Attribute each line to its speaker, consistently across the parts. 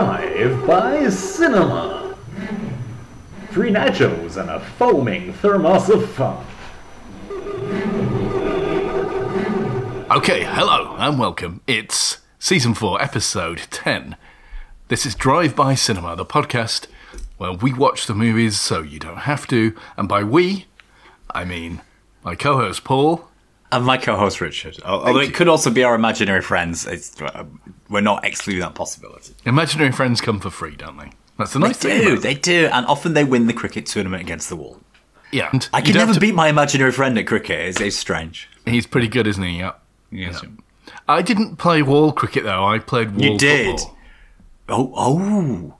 Speaker 1: Drive-by cinema. Free nachos and a foaming thermos of fun.
Speaker 2: Okay, hello and welcome. It's season four, episode 10. This is Drive By Cinema, the podcast where we watch the movies so you don't have to. And by we, I mean my co host Paul.
Speaker 3: And my co-host Richard,
Speaker 2: Oh,
Speaker 3: Al- although it could also be our imaginary friends, it's, uh, we're not excluding that possibility.
Speaker 2: Imaginary friends come for free, don't they? That's the nice
Speaker 3: They
Speaker 2: thing.
Speaker 3: do,
Speaker 2: about it.
Speaker 3: they do, and often they win the cricket tournament against the wall.
Speaker 2: yeah. and
Speaker 3: I
Speaker 2: you
Speaker 3: can
Speaker 2: don't
Speaker 3: never
Speaker 2: have to-
Speaker 3: beat my imaginary friend at cricket. It's, it's strange.
Speaker 2: He's pretty good, isn't he? Yeah.
Speaker 3: Yes.
Speaker 2: I didn't play wall cricket though. I played wall
Speaker 3: did?
Speaker 2: football.
Speaker 3: Oh, oh!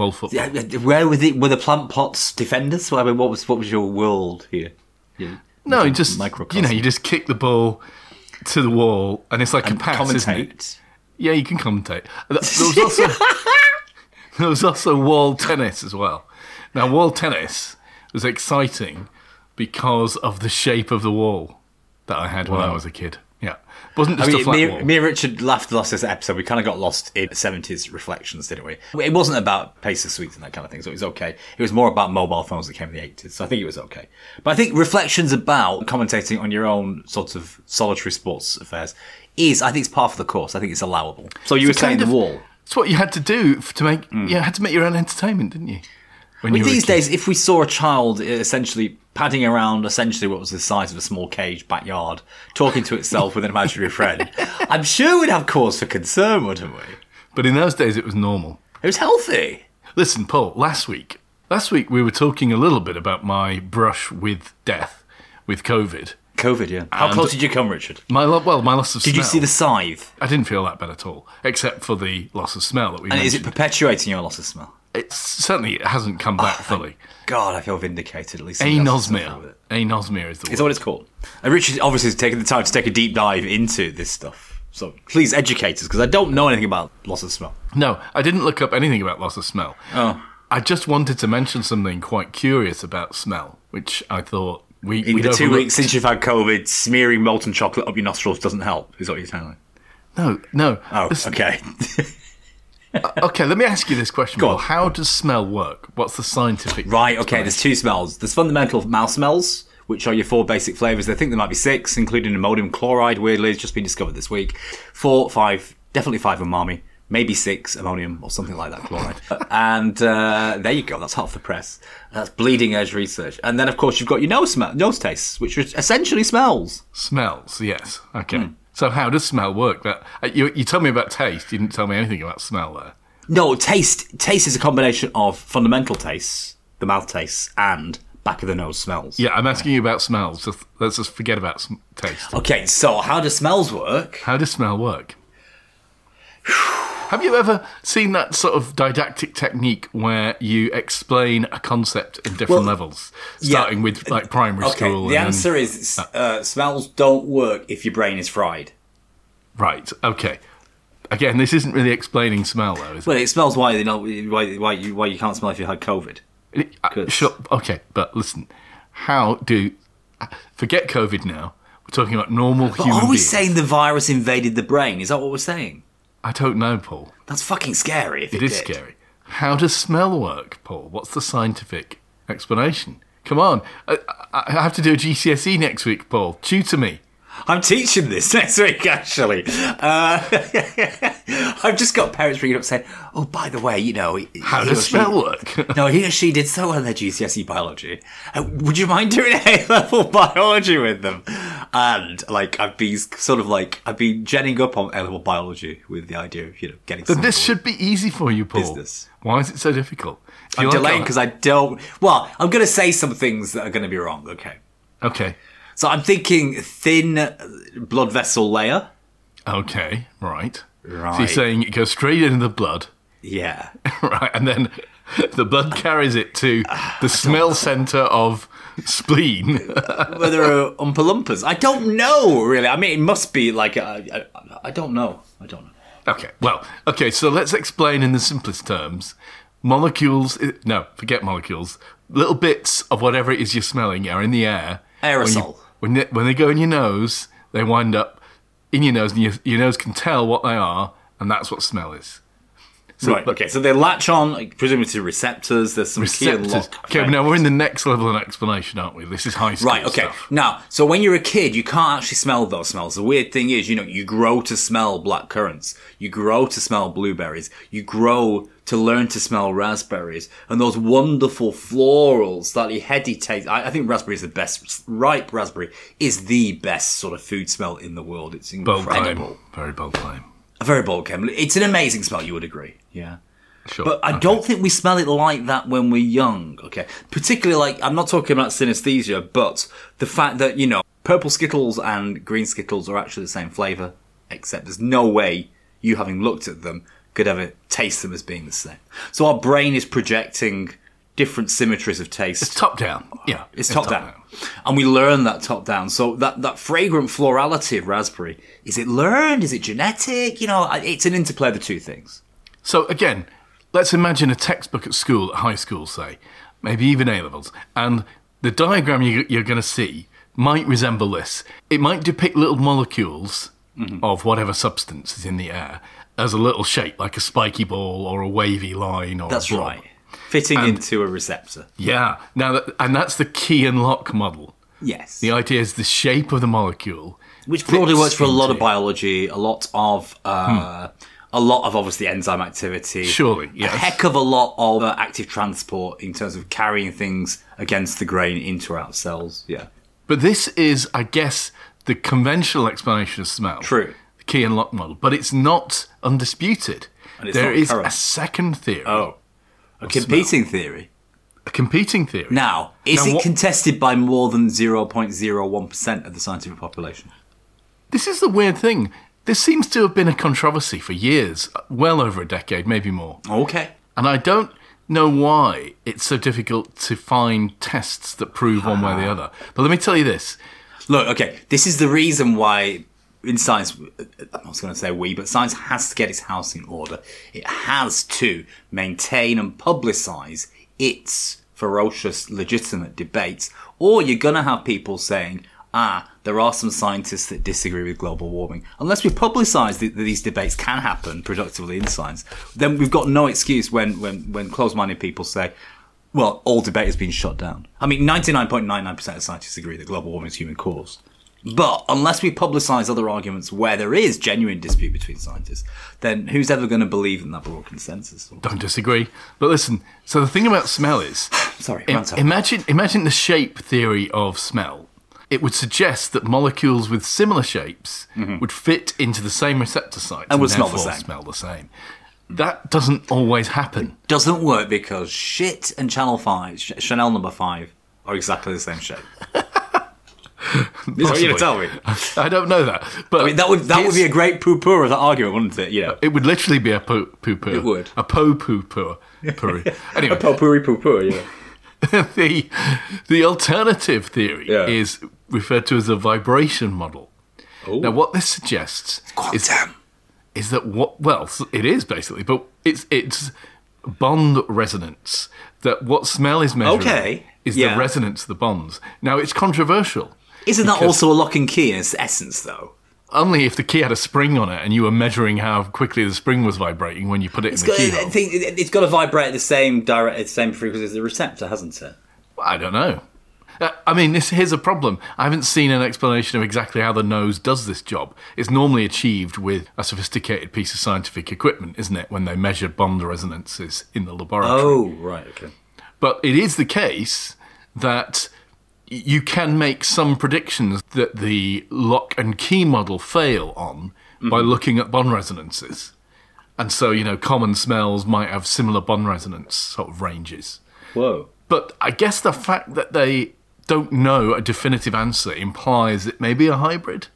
Speaker 2: Wall football.
Speaker 3: Yeah, yeah, Where were the were the plant pots defenders? Well, I mean, what was what was your world here? Yeah.
Speaker 2: No, you just you
Speaker 3: microcosm.
Speaker 2: know, you just kick the ball to the wall, and it's like a pass, isn't it?
Speaker 3: Commentate.
Speaker 2: Yeah, you can commentate. There was also there was also wall tennis as well. Now, wall tennis was exciting because of the shape of the wall that I had when I was a kid. Yeah, it wasn't
Speaker 3: I
Speaker 2: just a
Speaker 3: mean,
Speaker 2: flat
Speaker 3: me,
Speaker 2: wall.
Speaker 3: me and Richard laughed last this episode. We kind of got lost in 70s reflections, didn't we? It wasn't about Pacer Suites and that kind of thing, so it was okay. It was more about mobile phones that came in the 80s, so I think it was okay. But I think reflections about commentating on your own sort of solitary sports affairs is, I think, it's part of the course. I think it's allowable. So you were saying
Speaker 2: kind
Speaker 3: the
Speaker 2: of-
Speaker 3: wall.
Speaker 2: It's what you had to do f- to make you had to make your own entertainment, didn't you? When
Speaker 3: But
Speaker 2: were a
Speaker 3: these
Speaker 2: kid.
Speaker 3: days, if we saw a child uh, essentially padding around essentially what was the size of a small cage backyard, talking to itself with an imaginary friend, I'm sure we'd have cause for concern, wouldn't we?
Speaker 2: but in those days it was normal.
Speaker 3: It was healthy.
Speaker 2: Listen, Paul, last week, last week we were talking a little bit about my brush with death, with COVID.
Speaker 3: COVID, yeah. How
Speaker 2: And-
Speaker 3: close did you come, Richard?
Speaker 2: My lo- well, my loss of
Speaker 3: Did
Speaker 2: smell.
Speaker 3: you see the scythe?
Speaker 2: I didn't feel that bad at all, except for the loss of smell that we
Speaker 3: And is it
Speaker 2: mentioned.
Speaker 3: perpetuating your loss of smell?
Speaker 2: It's certainly it hasn't come back
Speaker 3: Oh,
Speaker 2: fully.
Speaker 3: God, I feel vindicated. At least somebody else has suffered with
Speaker 2: Anosmia.
Speaker 3: it.
Speaker 2: Anosmia is the word.
Speaker 3: It's what it's called. And Richard obviously has taken the time to take a deep dive into this stuff. So please educate us because I don't know anything about loss of smell.
Speaker 2: No, I didn't look up anything about loss of smell.
Speaker 3: Oh.
Speaker 2: I just wanted to mention something quite curious about smell, which I thought we
Speaker 3: In
Speaker 2: we'd
Speaker 3: the two
Speaker 2: overlooked.
Speaker 3: weeks since you've had COVID, smearing molten chocolate up your nostrils doesn't help. Is what you're telling me?
Speaker 2: No, no.
Speaker 3: Oh,
Speaker 2: Listen,
Speaker 3: okay.
Speaker 2: okay, let me ask you this question.
Speaker 3: Go
Speaker 2: Paul.
Speaker 3: on.
Speaker 2: How does smell work? What's the scientific
Speaker 3: Right, okay, there's two smells. There's fundamental mouth smells, which are your four basic flavours. They think there might be six, including Imodium chloride, weirdly, it's just been discovered this week. Four, five, definitely five umami, maybe six ammonium or something like that, chloride. and uh, there you go, that's hot off the press. That's bleeding edge research. And then, of course, you've got your nose smell, nose tastes, which is essentially smells.
Speaker 2: Smells, yes. Okay.
Speaker 3: Hmm.
Speaker 2: So how does smell work? That uh, you, you told me about taste. You didn't tell me anything about smell there.
Speaker 3: No, taste, taste is a combination of fundamental tastes, the mouth tastes, and back of the nose smells.
Speaker 2: Yeah, I'm asking you about smells. Just, let's just forget about sm- taste.
Speaker 3: Okay, so how do smells work?
Speaker 2: How does smell work? Have you ever seen that sort of didactic technique where you explain a concept in different
Speaker 3: Well,
Speaker 2: levels,
Speaker 3: yeah.
Speaker 2: starting with like primary
Speaker 3: Okay,
Speaker 2: school? and
Speaker 3: the
Speaker 2: then-
Speaker 3: answer is uh, smells don't work if your brain is fried.
Speaker 2: right. Okay. Again, this isn't really explaining smell, though, is it?
Speaker 3: Well, it smells why they not why why you why you can't smell if you had COVID.
Speaker 2: It- uh,
Speaker 3: Good.
Speaker 2: Sure. Okay, but listen. How do forget COVID now? We're talking about normal
Speaker 3: But
Speaker 2: human
Speaker 3: are we
Speaker 2: beings.
Speaker 3: saying the virus invaded the brain? Is that what we're saying?
Speaker 2: I don't know, Paul.
Speaker 3: That's fucking scary. If
Speaker 2: It
Speaker 3: it,
Speaker 2: is
Speaker 3: did.
Speaker 2: scary. How does smell work, Paul? What's the scientific explanation? Come on, I, I I have to do a GCSE E next week, Paul. Tutor me.
Speaker 3: I'm teaching this next week, actually. Uh, I've just got parents ringing up saying, "Oh, by the way, you know,
Speaker 2: How does smell work?
Speaker 3: No, he or she did so well in their GCSE E biology. Uh, would you mind doing A level biology with them? And like, I've been sort of like, I've been jetting up on A level biology with the idea of you know getting.
Speaker 2: Then this should be easy for you, Paul.
Speaker 3: Business.
Speaker 2: Why is it so difficult? If you
Speaker 3: I'm
Speaker 2: like
Speaker 3: delaying
Speaker 2: art-
Speaker 3: because I don't. Well, I'm going to say some things that are going to be wrong. Okay,
Speaker 2: Okay,
Speaker 3: so I'm thinking thin uh, blood vessel layer.
Speaker 2: okay, right. So you're
Speaker 3: Right.
Speaker 2: saying it goes straight into the blood,
Speaker 3: Yeah,
Speaker 2: right, and then the blood carries it to
Speaker 3: Ah,
Speaker 2: the smell centre of spleen.
Speaker 3: whether are umpa lumpas. I don't know really. I mean, it must be like I I, I don't know. I don't know.
Speaker 2: Okay, well, okay, so let's explain in the simplest terms. Molecules, i- no, forget molecules. Little bits of whatever it is you're smelling are in the air. When, you-
Speaker 3: Aerosol.
Speaker 2: when, they, when they go in your nose, they wind up in your nose, and your, your nose can tell what they are, and that's what smell is. So,
Speaker 3: right.
Speaker 2: but-
Speaker 3: Okay. So they latch on, like, presumably to receptors. There's some key
Speaker 2: Receptors.
Speaker 3: unlock.
Speaker 2: Okay,
Speaker 3: effect.
Speaker 2: now we're in the next level of explanation, aren't we? This is high school
Speaker 3: Right, okay.
Speaker 2: stuff.
Speaker 3: Now, so when you're a kid, you can't actually smell those smells. The weird thing is, you know, you grow to smell black currants. You grow to smell blueberries. You grow to learn to smell raspberries. And those wonderful floral, slightly heady taste. I, I think raspberry is the best. Ripe raspberry is the best sort of food smell in the world. It's
Speaker 2: Bold
Speaker 3: incredible.
Speaker 2: claim. Very bold claim.
Speaker 3: A very bold chemical. It's an amazing smell, you would agree. Yeah.
Speaker 2: Sure. Uh,
Speaker 3: But I
Speaker 2: okay.
Speaker 3: don't think we smell it like that when we're young, okay? Particularly like, I'm not talking about synesthesia, but the fact that, you know, purple Skittles and green Skittles are actually the same flavour, except there's no way you, having looked at them, could ever taste them as being the same. So our brain is projecting different symmetries of taste.
Speaker 2: It's top down. Yeah.
Speaker 3: It's top, down. And we learn that top down. So that, that fragrant florality of raspberry, is it learned? Is it genetic? You know, I- it's an interplay of the two things.
Speaker 2: So again, let's imagine a textbook at school, at high school, say, maybe even A levels, and the diagram you, you're going to see might resemble this. It might depict little molecules
Speaker 3: Mm-hmm.
Speaker 2: of whatever substance is in the air as a little shape, like a spiky ball or a wavy line or a
Speaker 3: That's
Speaker 2: blob.
Speaker 3: right. Fitting into a receptor.
Speaker 2: Yeah. Now, that, and that's the key and lock model.
Speaker 3: Yes.
Speaker 2: The idea is the shape of the molecule,
Speaker 3: Which broadly
Speaker 2: fits
Speaker 3: works for a lot
Speaker 2: into
Speaker 3: of
Speaker 2: it.
Speaker 3: biology, a lot of. Uh, A lot of obviously enzyme activity.
Speaker 2: Surely,
Speaker 3: A
Speaker 2: yes.
Speaker 3: heck of a lot of uh, active transport in terms of carrying things against the grain into or out cells. Yeah.
Speaker 2: But this is, I guess, the conventional explanation of smell.
Speaker 3: True.
Speaker 2: The key and lock model. But it's not undisputed. There is
Speaker 3: it's not current.
Speaker 2: a second theory,
Speaker 3: Oh. A competing theory.
Speaker 2: a competing theory.
Speaker 3: Now, is
Speaker 2: Now
Speaker 3: it
Speaker 2: what-
Speaker 3: contested by more than 0.01% of the scientific population?
Speaker 2: This is the weird thing. This seems to have been a controversy for years, well over a decade, maybe more.
Speaker 3: Okay.
Speaker 2: And I don't know why it's so difficult to find tests that prove one way or the
Speaker 3: Ah.
Speaker 2: other. But let me tell you this.
Speaker 3: Look, okay, this is the reason why in science, I was going to say we, but science has to get its house in order. It has to maintain and publicise its ferocious, legitimate debates, or you're going to have people saying, ah, there are some scientists that disagree with global warming. Unless we publicise that that these debates can happen productively in science, then we've got no excuse when, when, when closed-minded people say, well, all debate has been shut down. I mean, 99.99% of scientists agree that global warming is human caused. But unless we publicise other arguments where there is genuine dispute between scientists, then who's ever going to believe in that broad consensus?
Speaker 2: Don't disagree. But listen, so the thing about smell is
Speaker 3: Sorry,
Speaker 2: Im-
Speaker 3: rant on.
Speaker 2: imagine imagine the shape theory of smell. It would suggest that molecules with similar shapes would fit into the same receptor sites and,
Speaker 3: Mm-hmm. would smell the
Speaker 2: therefore
Speaker 3: same.
Speaker 2: smell the same. That doesn't always happen.
Speaker 3: Doesn't work because shit and Channel 5, Ch- Chanel number 5, are exactly the same shape. Is that what you're going to tell me?
Speaker 2: I don't know that, but
Speaker 3: I mean, that would, that would
Speaker 2: it's-
Speaker 3: be a great poo poo of that argument, wouldn't it? You know,
Speaker 2: It would literally be a poo poo poo. It
Speaker 3: would.
Speaker 2: a po poo poo. poo. Anyway,
Speaker 3: potpourri poo poo, yeah.
Speaker 2: the the alternative theory
Speaker 3: Yeah.
Speaker 2: is referred to as the vibration model. Now, what this suggests is
Speaker 3: Quantum.
Speaker 2: is that what well s- it is basically but it's it's bond resonance that what smell is measuring
Speaker 3: Okay,
Speaker 2: is
Speaker 3: yeah.
Speaker 2: the resonance of the bonds now it's controversial
Speaker 3: Isn't that
Speaker 2: Because-
Speaker 3: also a lock and key in its essence, though?
Speaker 2: only if the key had a spring on it and you were measuring how quickly the spring was vibrating when you put it
Speaker 3: It's
Speaker 2: in the
Speaker 3: got,
Speaker 2: keyhole
Speaker 3: I think it- it's got to vibrate at the same direct, at the same frequency as the receptor, hasn't it?
Speaker 2: i don't know Uh, I mean, this here's a problem. I haven't seen an explanation of exactly how the nose does this job. It's normally achieved with a sophisticated piece of scientific equipment, isn't it? When they measure bond resonances in the laboratory.
Speaker 3: Oh, right, okay.
Speaker 2: But it is the case that y- you can make some predictions that the lock and key model fail on by looking at bond resonances. And so, you know, common smells might have similar bond resonance sort of ranges.
Speaker 3: Whoa.
Speaker 2: But I guess the fact that they don't know a definitive answer implies it may be a hybrid,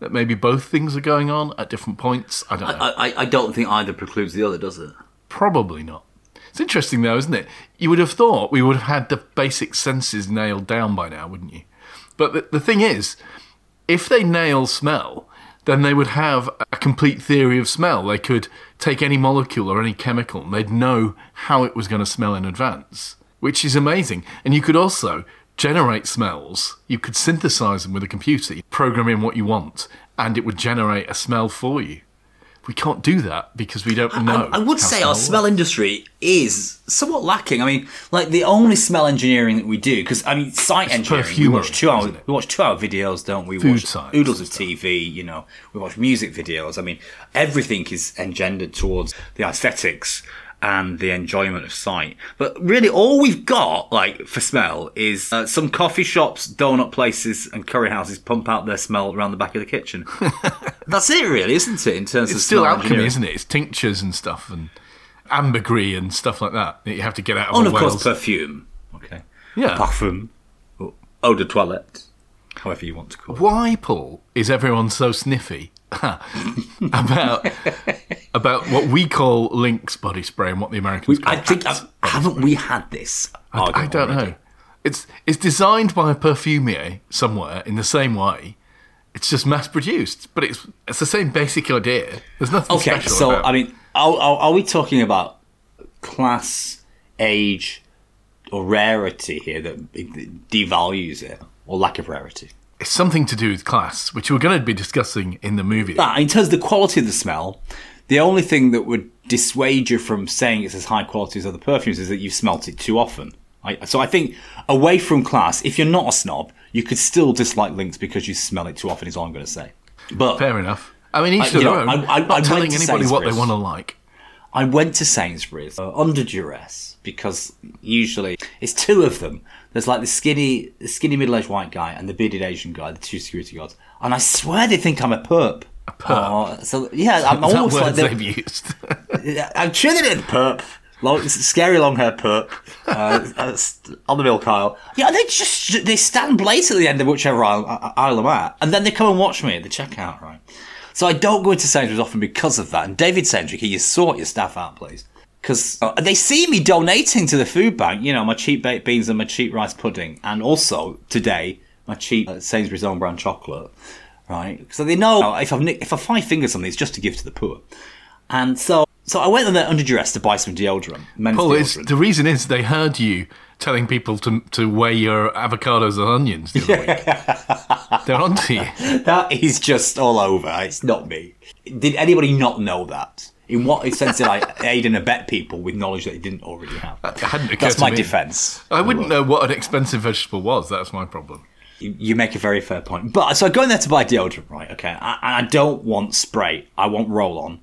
Speaker 2: that maybe both things are going on at different points. I don't know.
Speaker 3: I, I, I don't think either precludes the other, does it?
Speaker 2: Probably not. It's interesting, though, isn't it? You would have thought we would have had the basic senses nailed down by now, wouldn't you? But the, the thing is, if they nail smell, then they would have a complete theory of smell. They could take any molecule or any chemical and they'd know how it was going to smell in advance, which is amazing. And you could also generate smells. You could synthesize them with a computer, program in what you want, and it would generate a smell for you we can't do that because we don't know.
Speaker 3: I, I would
Speaker 2: how
Speaker 3: say
Speaker 2: smell
Speaker 3: our smell
Speaker 2: works.
Speaker 3: industry is somewhat lacking. I mean, like the only smell engineering that we do, because I mean, site engineering.
Speaker 2: perfumery,
Speaker 3: we watch two hour,
Speaker 2: isn't it?
Speaker 3: we watch two hour videos, don't we? We
Speaker 2: Food
Speaker 3: watch
Speaker 2: science
Speaker 3: oodles
Speaker 2: and
Speaker 3: of TV. You know, we watch music videos. I mean, everything is engendered towards the aesthetics and the enjoyment of sight. But really, all we've got, like for smell, is uh, some coffee shops, donut places, and curry houses pump out their smell around the back of the kitchen. That's it, really, isn't it? In terms of
Speaker 2: It's still
Speaker 3: smell
Speaker 2: alchemy,
Speaker 3: engineering?
Speaker 2: isn't it? It's tinctures and stuff and ambergris and stuff like that that you have to get out of
Speaker 3: Oh, and
Speaker 2: a
Speaker 3: of course,
Speaker 2: Wales.
Speaker 3: perfume. Okay.
Speaker 2: Yeah.
Speaker 3: Parfum. Or eau de toilette. However you want to call it.
Speaker 2: Why, Paul, is everyone so sniffy about about what we call Lynx body spray and what the Americans call
Speaker 3: I think,
Speaker 2: Axe?
Speaker 3: I've, haven't we had this?
Speaker 2: I
Speaker 3: argument
Speaker 2: don't
Speaker 3: already?
Speaker 2: know. It's it's designed by a perfumier somewhere in the same way. It's just mass produced, but it's it's the same basic idea. There's nothing
Speaker 3: Okay,
Speaker 2: special.
Speaker 3: so,
Speaker 2: about
Speaker 3: I mean, are, are, are we talking about class, age, or rarity here that devalues it? Or lack of rarity?
Speaker 2: it's something to do with class, which we're going to be discussing in the movie.
Speaker 3: that. In terms of the quality of the smell, the only thing that would dissuade you from saying it's as high quality as other perfumes is that you've smelt it too often. I, so I think away from class, if you're not a snob, you could still dislike Lynx because you smell it too often. Is all I'm going to say. But
Speaker 2: Fair enough. I mean, each
Speaker 3: I-
Speaker 2: to
Speaker 3: you
Speaker 2: their
Speaker 3: know,
Speaker 2: own.
Speaker 3: I- I-
Speaker 2: not
Speaker 3: I went
Speaker 2: telling
Speaker 3: to
Speaker 2: anybody what they
Speaker 3: Sainsbury's.
Speaker 2: want to like.
Speaker 3: I went to Sainsbury's uh, under duress because usually it's two of them. There's like the skinny, the skinny middle-aged white guy and the bearded Asian guy, the two security guards. And I swear they think I'm a perp. A
Speaker 2: perp?
Speaker 3: so yeah, I'm
Speaker 2: Is that
Speaker 3: almost like
Speaker 2: words
Speaker 3: they're-
Speaker 2: they've used?
Speaker 3: I'm sure they did perp. Long, scary long hair perp. Uh, uh, st- on the milk aisle. Yeah, they just, they stand blatantly at the end of whichever aisle, uh, aisle I'm at. And then they come and watch me at the checkout, right? So I don't go into Sainsbury's often because of that. And David Sendrick, you sort your staff out, please. Because uh, they see me donating to the food bank, you know, my cheap baked beans and my cheap rice pudding. And also, today, my cheap uh, Sainsbury's own brand chocolate, right? So they know if I've, nick- if I five finger something, it's just to give to the poor. And so, so I went on there under duress to buy some deodorant. Men's
Speaker 2: Well, it's,
Speaker 3: deodorant.
Speaker 2: the reason is they heard you telling people to to weigh your avocados and onions the other week. They're onto you.
Speaker 3: that is just all over. It's not me. Did anybody not know that? In what sense did I aid and abet people with knowledge that they didn't already have?
Speaker 2: It hadn't occurred
Speaker 3: That's
Speaker 2: to
Speaker 3: my
Speaker 2: me.
Speaker 3: defence.
Speaker 2: I wouldn't know what an expensive vegetable was. That's my problem.
Speaker 3: You you make a very fair point. But so I go in there to buy deodorant, right? Okay, I, and I don't want spray. I want roll-on,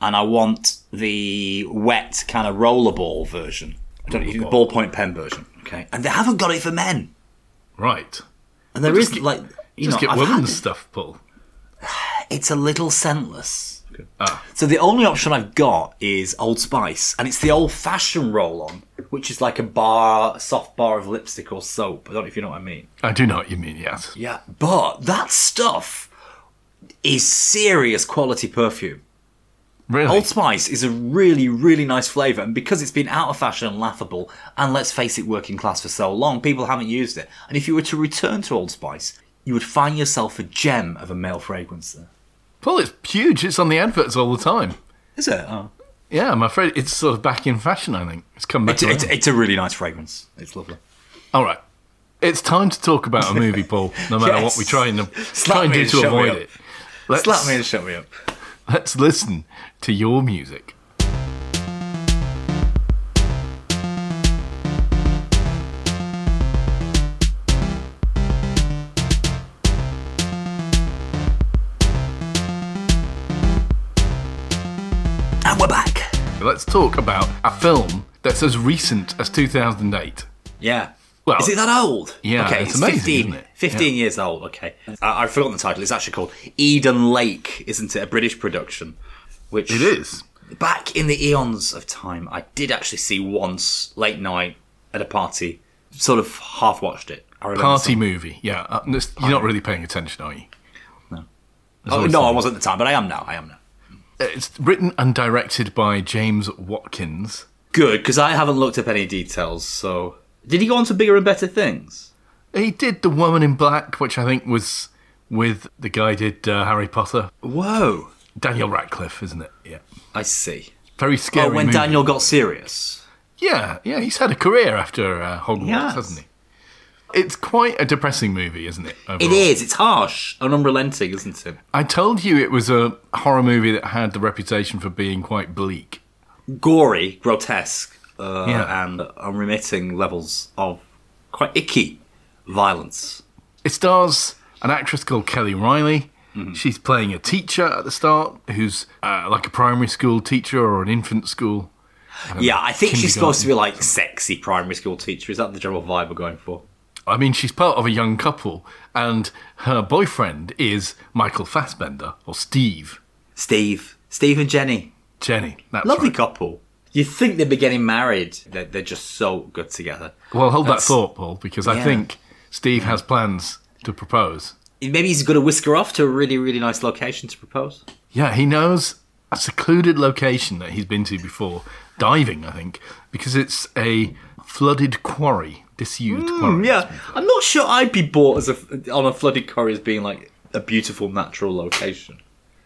Speaker 3: and I want the wet kind of rollerball version. I
Speaker 2: Oh,
Speaker 3: don't need the ballpoint pen version. Okay, and they haven't got it for men.
Speaker 2: Right.
Speaker 3: And there is like you
Speaker 2: Just
Speaker 3: know,
Speaker 2: get
Speaker 3: I've had
Speaker 2: women's stuff, Paul.
Speaker 3: it's a little scentless.
Speaker 2: Ah.
Speaker 3: So the only option I've got is Old Spice, and it's the old-fashioned roll-on, which is like a bar, a soft bar of lipstick or soap. I don't know if you know what I mean.
Speaker 2: I do know what you mean. Yes.
Speaker 3: Yeah, but that stuff is serious quality perfume.
Speaker 2: Really.
Speaker 3: Old Spice is a really, really nice flavour, and because it's been out of fashion and laughable, and let's face it, working class for so long, people haven't used it. And if you were to return to Old Spice, you would find yourself a gem of a male fragrance there.
Speaker 2: Paul, it's huge. It's on the adverts all the time.
Speaker 3: Is it? Oh.
Speaker 2: Yeah, I'm afraid it's sort of back in fashion. I think it's come back.
Speaker 3: It's, it's,
Speaker 2: around.
Speaker 3: it's a really nice fragrance. It's lovely.
Speaker 2: All right. It's time to talk about a movie, Paul. No matter
Speaker 3: Yes.
Speaker 2: what we try and
Speaker 3: Slap
Speaker 2: try and
Speaker 3: me
Speaker 2: do
Speaker 3: and
Speaker 2: to
Speaker 3: shut me
Speaker 2: avoid
Speaker 3: up.
Speaker 2: it. Let's,
Speaker 3: Slap me and shut me up.
Speaker 2: let's listen to your music.
Speaker 3: And we're back.
Speaker 2: Let's talk about a film that's as recent as 2008.
Speaker 3: Yeah.
Speaker 2: Well-
Speaker 3: is it that old?
Speaker 2: Yeah,
Speaker 3: okay,
Speaker 2: it's amazing,
Speaker 3: 15,
Speaker 2: isn't it?
Speaker 3: 15 years old, okay. I, I've forgotten the title. It's actually called Eden Lake, isn't it? A British production. Which
Speaker 2: It is.
Speaker 3: Back in the eons of time, I did actually see once late night at a party, sort of half watched it. I remember
Speaker 2: Party movie. Yeah. Uh, this- you're not really paying attention, are you?
Speaker 3: No.
Speaker 2: There's
Speaker 3: some- Oh,
Speaker 2: always
Speaker 3: no, I
Speaker 2: something.
Speaker 3: wasn't at the time, but I am now. I am now.
Speaker 2: It's written and directed by James Watkins.
Speaker 3: Good, because I haven't looked up any details, so. Did he go on to bigger and better things?
Speaker 2: He did The Woman in Black, which I think was with the guy did uh, Harry Potter.
Speaker 3: Whoa.
Speaker 2: Daniel Radcliffe, isn't it? Yeah.
Speaker 3: I see.
Speaker 2: Very
Speaker 3: Oh,
Speaker 2: scary.
Speaker 3: when
Speaker 2: movie.
Speaker 3: Daniel got serious.
Speaker 2: Yeah, yeah, he's had a career after uh, Hogwarts,
Speaker 3: Yes.
Speaker 2: hasn't he? It's quite a depressing movie, isn't it?
Speaker 3: It
Speaker 2: overall?
Speaker 3: is. It's harsh and unrelenting, isn't it?
Speaker 2: I told you it was a horror movie that had the reputation for being quite bleak.
Speaker 3: Gory, grotesque, uh,
Speaker 2: Yeah.
Speaker 3: and unremitting levels of quite icky violence.
Speaker 2: It stars an actress called Kelly Riley. She's playing a teacher at the start who's uh, like a primary school teacher or an infant school.
Speaker 3: yeah, I think she's supposed to be like sexy primary school teacher. Is that the general vibe we're going for?
Speaker 2: I mean, she's part of a young couple, and her boyfriend is Michael Fassbender or Steve.
Speaker 3: Steve, Steve and Jenny,
Speaker 2: Jenny. That's
Speaker 3: lovely
Speaker 2: right.
Speaker 3: couple. You think they'd be getting married? They're, they're just so good together.
Speaker 2: Well, hold
Speaker 3: That's-
Speaker 2: that thought, Paul, because I
Speaker 3: Yeah.
Speaker 2: think Steve has plans to propose.
Speaker 3: Maybe he's going to whisk her off to a really, really nice location to propose.
Speaker 2: Yeah, he knows a secluded location that he's been to before, diving, I think, because it's a flooded quarry, disused quarry.
Speaker 3: Mm, Yeah, I'm not sure I'd be bought as a on a flooded quarry as being like a beautiful natural location.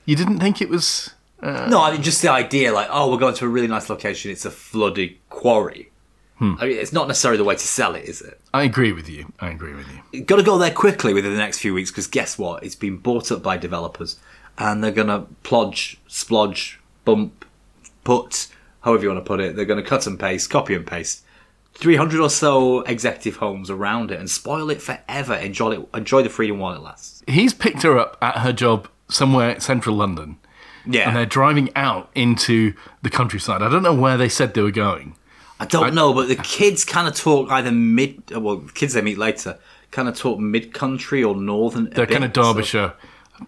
Speaker 2: You didn't think it was.
Speaker 3: No, I mean just the idea, like, oh, we're going to a really nice location. It's a flooded quarry. I mean, it's not necessarily the way to sell it, is it?
Speaker 2: I agree with you. I agree with you.
Speaker 3: Got to go there quickly within the next few weeks because guess what? It's been bought up by developers, and they're going to plodge, splodge, bump, put, however you want to put it. They're going to cut and paste, copy and paste. 300 or so executive homes around it and spoil it forever. Enjoy it. Enjoy the freedom while it lasts.
Speaker 2: He's picked her up at her job somewhere in central London,
Speaker 3: Yeah.
Speaker 2: and they're driving out into the countryside. I don't know where they said they were going.
Speaker 3: I don't know, but the kids kind of talk either mid, well, the kids they meet later, kind of talk mid country or northern.
Speaker 2: They're kind of Derbyshire.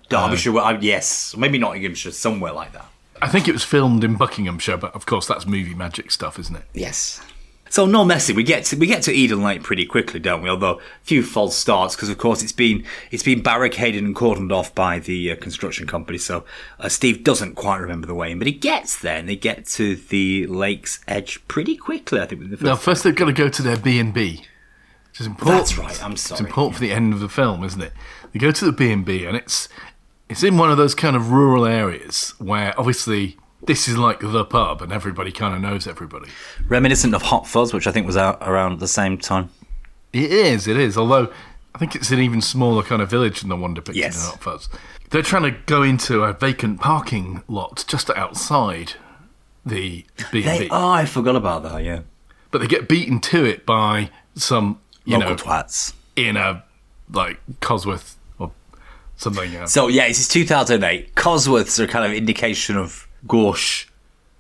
Speaker 3: Derbyshire, well, I- yes, maybe Nottinghamshire, somewhere like that.
Speaker 2: I think it was filmed in Buckinghamshire, but of course that's movie magic stuff, isn't it?
Speaker 3: Yes. So no messy. We get to, we get to Eden Lake pretty quickly, don't we? Although a few false starts because of course it's been it's been barricaded and cordoned off by the uh, construction company. So uh, Steve doesn't quite remember the way in, but he gets there and they get to the lake's edge pretty quickly. I think within the
Speaker 2: Now,
Speaker 3: first.
Speaker 2: first they've got to go to their B and B, which is important.
Speaker 3: That's right. I'm sorry.
Speaker 2: It's important for the end of the film, isn't it? They go to the B and B, and it's it's in one of those kind of rural areas where obviously this is like the pub, and everybody kind of knows everybody.
Speaker 3: Reminiscent of Hot Fuzz, which I think was out around the same time.
Speaker 2: It is, it is. Although I think it's an even smaller kind of village than the one depicted
Speaker 3: Yes.
Speaker 2: in Hot Fuzz. They're trying to go into a vacant parking lot just outside the B and
Speaker 3: They,
Speaker 2: B,
Speaker 3: oh, I forgot about that. Yeah,
Speaker 2: but they get beaten to it by some you
Speaker 3: local
Speaker 2: know
Speaker 3: twats.
Speaker 2: in a like Cosworth or something. Yeah.
Speaker 3: So yeah, this is 2008. Cosworths are kind of indication of gauche,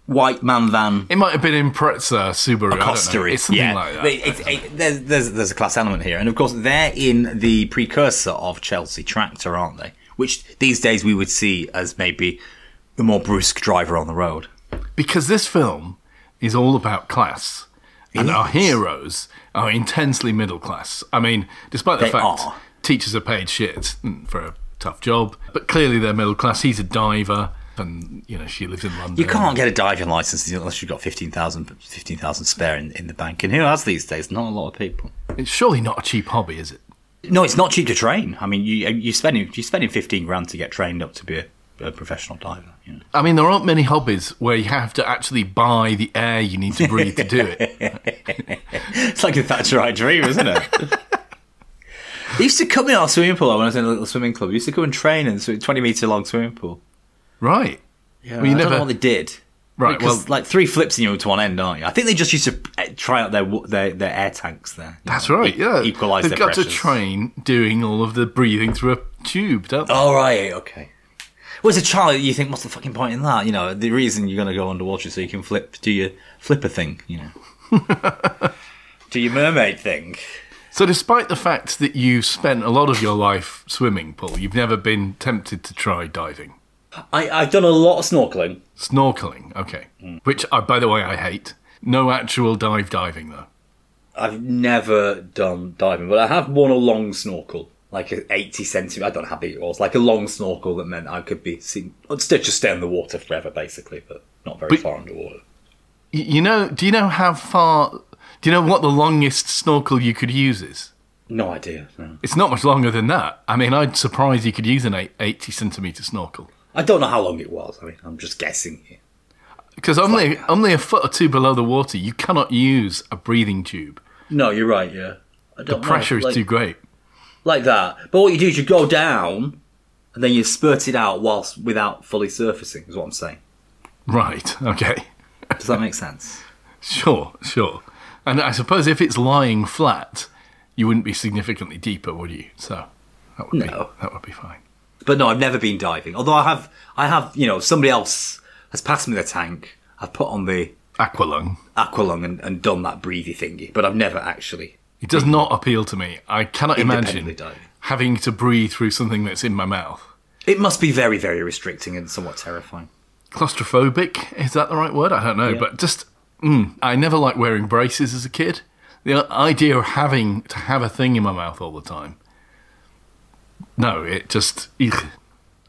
Speaker 3: white man van.
Speaker 2: it might have been in Prezza Subaru. I don't know.
Speaker 3: Costery.
Speaker 2: It's something
Speaker 3: yeah.
Speaker 2: like that.
Speaker 3: They- it's- it- there's, there's, there's a class element here. And of course, they're in the precursor of Chelsea Tractor, aren't they? Which these days we would see as maybe the more brusque driver on the road.
Speaker 2: because this film is all about class, and our
Speaker 3: is.
Speaker 2: heroes are intensely middle class. I mean, despite the
Speaker 3: They
Speaker 2: fact
Speaker 3: are.
Speaker 2: teachers are paid shit mm, for a tough job, but clearly they're middle class. He's a diver, and you know she lives in London.
Speaker 3: You can't get a diving license unless you've got 15,000 15,000 spare in, in the bank. And who has these days? Not a lot of people.
Speaker 2: It's surely not a cheap hobby, is it?
Speaker 3: No, it's not cheap to train. I mean, you, you're, spending, you're spending 15 grand to get trained up to be a, a professional diver. You know?
Speaker 2: I mean, there aren't many hobbies where you have to actually buy the air you need to breathe to do it.
Speaker 3: It's like a Thatcherite dream, isn't it? they used to come in our swimming pool when I was in a little swimming club. They used to come and train in a 20 metre long swimming pool.
Speaker 2: Right.
Speaker 3: Yeah,
Speaker 2: Well, you
Speaker 3: I don't
Speaker 2: never-
Speaker 3: know what they did.
Speaker 2: Right,
Speaker 3: because
Speaker 2: well-
Speaker 3: like three flips and you're to one end, aren't you? I think they just used to eh, try out their wa- their, their air tanks there. you
Speaker 2: That's
Speaker 3: know,
Speaker 2: right.
Speaker 3: e-
Speaker 2: Yeah,
Speaker 3: equalise
Speaker 2: They've
Speaker 3: their
Speaker 2: got
Speaker 3: pressures.
Speaker 2: to train doing all of the breathing through a tube, don't they?
Speaker 3: All Oh, right, okay. Well, as a child, you think, what's the fucking point in that? You know, the reason you're going to go underwater is so you can flip, do your flipper thing, you know, do your mermaid thing.
Speaker 2: So, despite the fact that you spent a lot of your life swimming, Paul, you've never been tempted to try diving,
Speaker 3: I, I've done a lot of snorkeling.
Speaker 2: snorkeling. Okay,
Speaker 3: Mm.
Speaker 2: which, I, by the way, I hate. No actual dive diving though.
Speaker 3: I've never done diving, but I have worn a long snorkel, like an 80 centimeter. I don't know how big it was, like a long snorkel that meant I could be seen. I'd still just stay in the water forever, basically, but not very
Speaker 2: But-
Speaker 3: far underwater.
Speaker 2: Y- You know? Do you know how far? Do you know what the longest snorkel you could use is?
Speaker 3: No idea. No.
Speaker 2: It's not much longer than that. I mean, I'd surprise you could use an eight- eighty centimeter snorkel
Speaker 3: I don't know how long it was. I mean, I'm just guessing here.
Speaker 2: because only only a foot or two below the water, you cannot use a breathing tube.
Speaker 3: No, you're right. Yeah, I
Speaker 2: The
Speaker 3: don't know,
Speaker 2: pressure
Speaker 3: like,
Speaker 2: is too great.
Speaker 3: like that. But what you do is you go down, and then you spurt it out whilst without fully surfacing. Is what I'm saying.
Speaker 2: Right. Okay.
Speaker 3: Does that make sense?
Speaker 2: Sure. Sure. And I suppose if it's lying flat, you wouldn't be significantly deeper, would you? So that would
Speaker 3: No.
Speaker 2: be that would be fine.
Speaker 3: But no, I've never been diving. Although I have, I have. You know, somebody else has passed me the tank. I've put on the
Speaker 2: Aqualung.
Speaker 3: aqualung and, and done that breathy thingy, but I've never actually.
Speaker 2: It does not appeal to me. I cannot
Speaker 3: Independently
Speaker 2: imagine
Speaker 3: diving.
Speaker 2: having to breathe through something that's in my mouth.
Speaker 3: It must be very, very restricting and somewhat terrifying.
Speaker 2: claustrophobic is that the right word i don't know but just mm, i never liked wearing braces as a kid the idea of having to have a thing in my mouth all the time no it just ugh.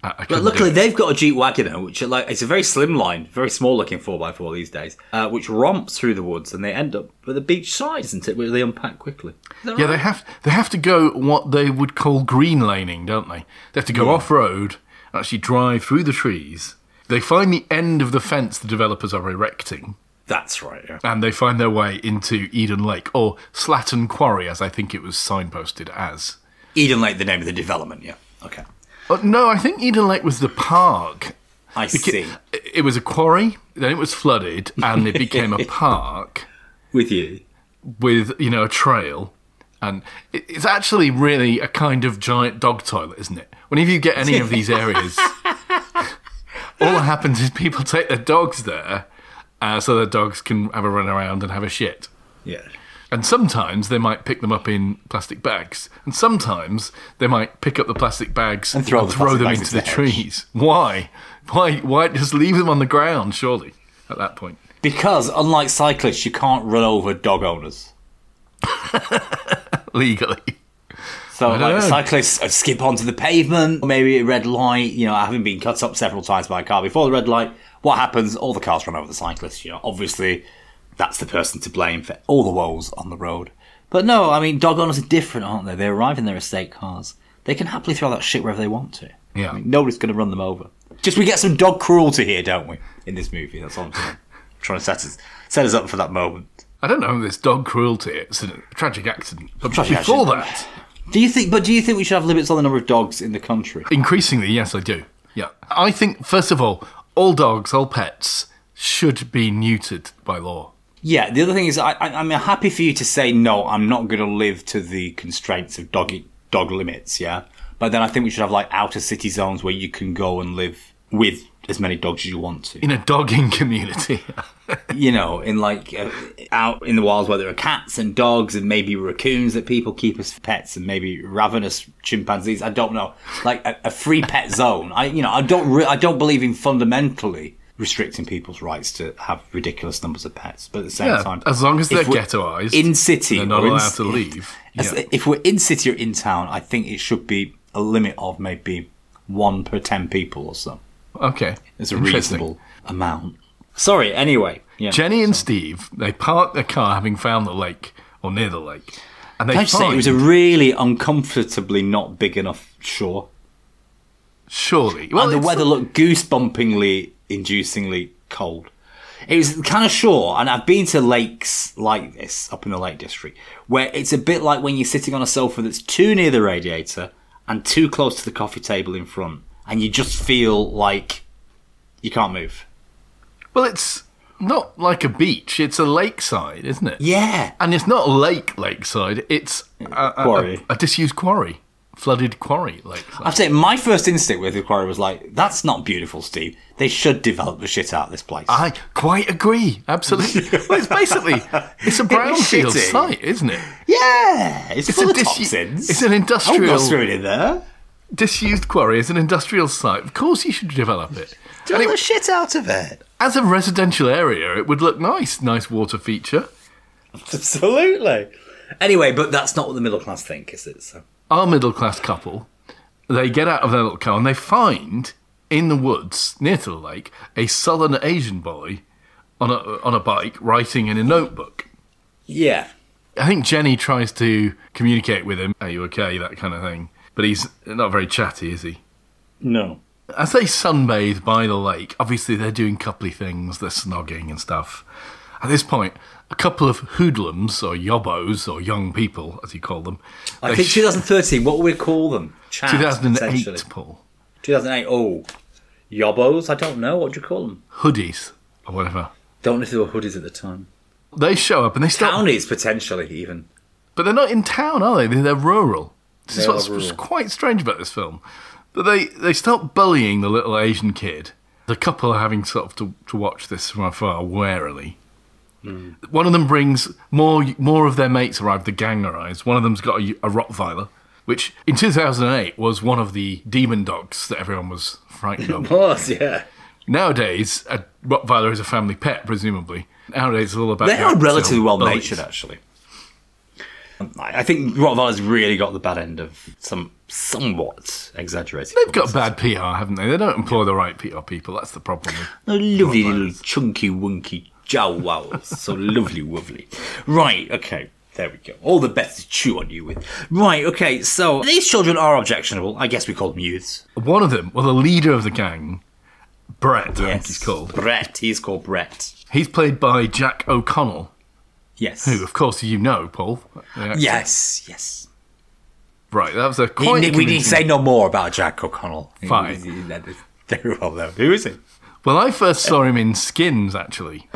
Speaker 2: I, I
Speaker 3: But
Speaker 2: couldn't
Speaker 3: luckily,
Speaker 2: do it.
Speaker 3: they've got a Jeep Wagoner, which are like it's a very slimline, very small looking 4x4 these days, uh, which romps through the woods and they end up at the beach side, isn't it? Where they unpack quickly. Is that
Speaker 2: yeah
Speaker 3: right?
Speaker 2: they have they have to go what they would call green laning don't they they have to go off road actually drive through the trees they find the end of the fence the developers are erecting
Speaker 3: That's right, yeah.
Speaker 2: and they find their way into Eden Lake or Slatton Quarry, as I think it was signposted as.
Speaker 3: Eden Lake, the name of the development, yeah. Okay.
Speaker 2: Uh, no, I think Eden Lake was the park.
Speaker 3: I see.
Speaker 2: Beca- It- It was a quarry, then it was flooded, and it became a park
Speaker 3: With you.
Speaker 2: with, you know, a trail. And it- it's actually really a kind of giant dog toilet, isn't it? Whenever you get any of these areas, all that happens is people take their dogs there uh, so their dogs can have a run around and have a shit.
Speaker 3: Yeah.
Speaker 2: And sometimes they might pick them up in plastic bags, and sometimes they might pick up the plastic bags and
Speaker 3: throw the plastic
Speaker 2: them
Speaker 3: bags
Speaker 2: into the,
Speaker 3: into the hedge.
Speaker 2: trees. Why? Why? Why just leave them on the ground? Surely, at that point.
Speaker 3: Because, unlike cyclists, you can't run over dog owners.
Speaker 2: legally.
Speaker 3: So,
Speaker 2: don't
Speaker 3: like,
Speaker 2: know.
Speaker 3: cyclists uh, skip onto the pavement, or maybe at red light. You know, having been cut up several times by a car before the red light, what happens? All the cars run over the cyclists. You know, obviously, that's the person to blame for all the woes on the road. But no, I mean, dog owners are different, aren't they? They arrive in their estate cars. They can happily throw that shit wherever they want to.
Speaker 2: Yeah.
Speaker 3: I mean, nobody's going to run them over. Just we get some dog cruelty here, don't we? In this movie, that's all I'm saying. trying to set us set us up for that moment.
Speaker 2: I don't know this dog cruelty. It's a tragic accident. But
Speaker 3: Tragic
Speaker 2: before
Speaker 3: accident.
Speaker 2: that,
Speaker 3: Do you think? But do you think we should have limits on the number of dogs in the country?
Speaker 2: increasingly, yes, I do. Yeah, I think first of all, all dogs, all pets should be neutered by law.
Speaker 3: Yeah, the other thing is, I, I, I'm happy for you to say no. I'm not going to live to the constraints of dog dog limits. Yeah, but then I think we should have like outer city zones where you can go and live with as many dogs as you want to.
Speaker 2: In a dogging community,
Speaker 3: You know, in like uh, out in the wilds where there are cats and dogs and maybe raccoons that people keep as pets and maybe ravenous chimpanzees. I don't know, like a, a free pet zone. I you know, I don't re- I don't believe in fundamentally restricting people's rights to have ridiculous numbers of pets, but at the same
Speaker 2: yeah,
Speaker 3: time,
Speaker 2: as long as
Speaker 3: if
Speaker 2: they're
Speaker 3: we're-
Speaker 2: ghettoized,
Speaker 3: in city
Speaker 2: they're not
Speaker 3: or in-
Speaker 2: allowed to leave.
Speaker 3: as-
Speaker 2: Yeah.
Speaker 3: If we're in city or in town, I think it should be a limit of maybe one per ten people or so.
Speaker 2: Okay,
Speaker 3: It's a
Speaker 2: Interesting.
Speaker 3: reasonable amount. Sorry. Anyway, yeah.
Speaker 2: Jenny and Steve, they park their car having found the lake or near the lake, and they
Speaker 3: Can I
Speaker 2: find
Speaker 3: just say it was a really uncomfortably not big enough shore,
Speaker 2: surely.
Speaker 3: and the
Speaker 2: it's-
Speaker 3: weather looked goosebumpingly, inducingly cold. It was the kind of shore, and I've been to lakes like this up in the Lake District, where it's a bit like when you're sitting on a sofa that's too near the radiator and too close to the coffee table in front, and you just feel like you can't move.
Speaker 2: Well, it's not like a beach; it's a lakeside, isn't it?
Speaker 3: Yeah.
Speaker 2: and it's not lake lakeside; it's a, a,
Speaker 3: Quarry.
Speaker 2: a, a disused quarry, flooded quarry lakeside.
Speaker 3: I'd say my first instinct with the quarry was like, that's not beautiful, Steve. They should develop the shit out of this place.
Speaker 2: I quite agree. Absolutely. well, it's basically it's a brownfield
Speaker 3: shitty.
Speaker 2: site, isn't it?
Speaker 3: yeah, it's, full
Speaker 2: a
Speaker 3: of
Speaker 2: disu-
Speaker 3: toxins.
Speaker 2: it's an
Speaker 3: I wouldn't go
Speaker 2: industrial-
Speaker 3: swimming in there.
Speaker 2: Disused quarry is an industrial site. Of course, you should develop it. And
Speaker 3: Get
Speaker 2: it-
Speaker 3: the shit out of it.
Speaker 2: as a residential area, it would look nice. Nice water feature.
Speaker 3: Absolutely. Anyway, but that's not what the middle class think, is it? So.
Speaker 2: our middle class couple, they get out of their little car and they find in the woods near to the lake a sullen Asian boy on a on a bike writing in a notebook.
Speaker 3: Yeah.
Speaker 2: I think Jenny tries to communicate with him. Are you okay? That kind of thing. But he's not very chatty, is he?
Speaker 3: No.
Speaker 2: As they sunbathe by the lake, obviously they're doing coupley things. They're snogging and stuff. At this point, a couple of hoodlums or yobbos or young people, as you call them.
Speaker 3: I
Speaker 2: they
Speaker 3: think
Speaker 2: sh-
Speaker 3: 2013. What would we call them? Chat,
Speaker 2: 2008,
Speaker 3: essentially.
Speaker 2: Paul.
Speaker 3: 2008. Oh, yobbos. I don't know. What do you call them?
Speaker 2: Hoodies or whatever.
Speaker 3: Don't know if they were hoodies at the time.
Speaker 2: They show up and they start.
Speaker 3: Townies potentially even.
Speaker 2: But they're not in town, are they? They're, they're rural. This is
Speaker 3: They are
Speaker 2: what's
Speaker 3: rural.
Speaker 2: quite strange about this film. But they, they start bullying the little Asian kid. The couple are having sort of to, to watch this from afar warily. One of them brings more more of their mates arrive. The gang arrives. One of them's got a, a Rottweiler, which in 2008 was one of the demon dogs that everyone was frightened of.
Speaker 3: Horse, yeah.
Speaker 2: Nowadays, a Rottweiler is a family pet, presumably. Nowadays, it's all about
Speaker 3: They
Speaker 2: the
Speaker 3: are
Speaker 2: actual
Speaker 3: relatively well
Speaker 2: bullies.
Speaker 3: natured, actually. Um, I I think Rottweiler's really got the bad end of some somewhat exaggerated.
Speaker 2: They've got bad PR, haven't they? They don't employ the right PR people. That's the problem.
Speaker 3: lovely little chunky wunky jow wows. so lovely, lovely. Right, okay. There we go. All the best to chew on you with. Right, okay, so these children are objectionable. I guess we call them youths.
Speaker 2: One of them, well, the leader of the gang, Brett, I think he's called.
Speaker 3: Brett. He's called Brett.
Speaker 2: He's played by Jack O'Connell,
Speaker 3: Yes.
Speaker 2: who, of course, you know, Paul. Yeah.
Speaker 3: Yes, yes.
Speaker 2: Right, that was a
Speaker 3: He-
Speaker 2: quite.
Speaker 3: we need
Speaker 2: convincing-
Speaker 3: to say no more about Jack O'Connell.
Speaker 2: Fine.
Speaker 3: He- he- that is Very well, though. Who is he?
Speaker 2: Well, I first saw him in Skins, actually.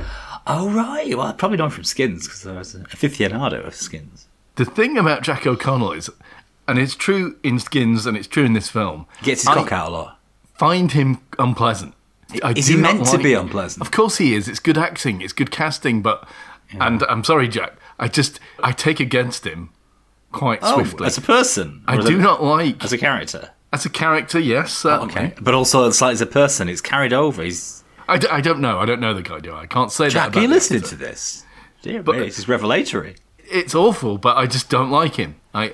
Speaker 3: Oh, right. Well, I probably know him from Skins because I was a fifth year Nardo of Skins.
Speaker 2: The thing about Jack O'Connell is, and it's true in Skins and it's true in this film,
Speaker 3: Gets his
Speaker 2: I
Speaker 3: cock out a lot.
Speaker 2: find him unpleasant. I
Speaker 3: Is
Speaker 2: do
Speaker 3: he
Speaker 2: not
Speaker 3: meant to
Speaker 2: like-
Speaker 3: be unpleasant?
Speaker 2: Of course he is. It's good acting. It's good casting. But and I'm sorry, Jack. I just I take against him quite swiftly.
Speaker 3: Oh, as a person.
Speaker 2: I
Speaker 3: Or as
Speaker 2: do
Speaker 3: a-
Speaker 2: not like
Speaker 3: As a character.
Speaker 2: as a character. Yes, certainly.
Speaker 3: Okay. But also, it's like as a person, it's carried over. He's.
Speaker 2: I, d- I don't know. I don't know the guy. Do I? I can't say that.
Speaker 3: Jack,
Speaker 2: about
Speaker 3: are you
Speaker 2: the
Speaker 3: listening
Speaker 2: actor.
Speaker 3: to this? Dear
Speaker 2: But-
Speaker 3: me, this is revelatory.
Speaker 2: It's awful, but I just don't like him. I,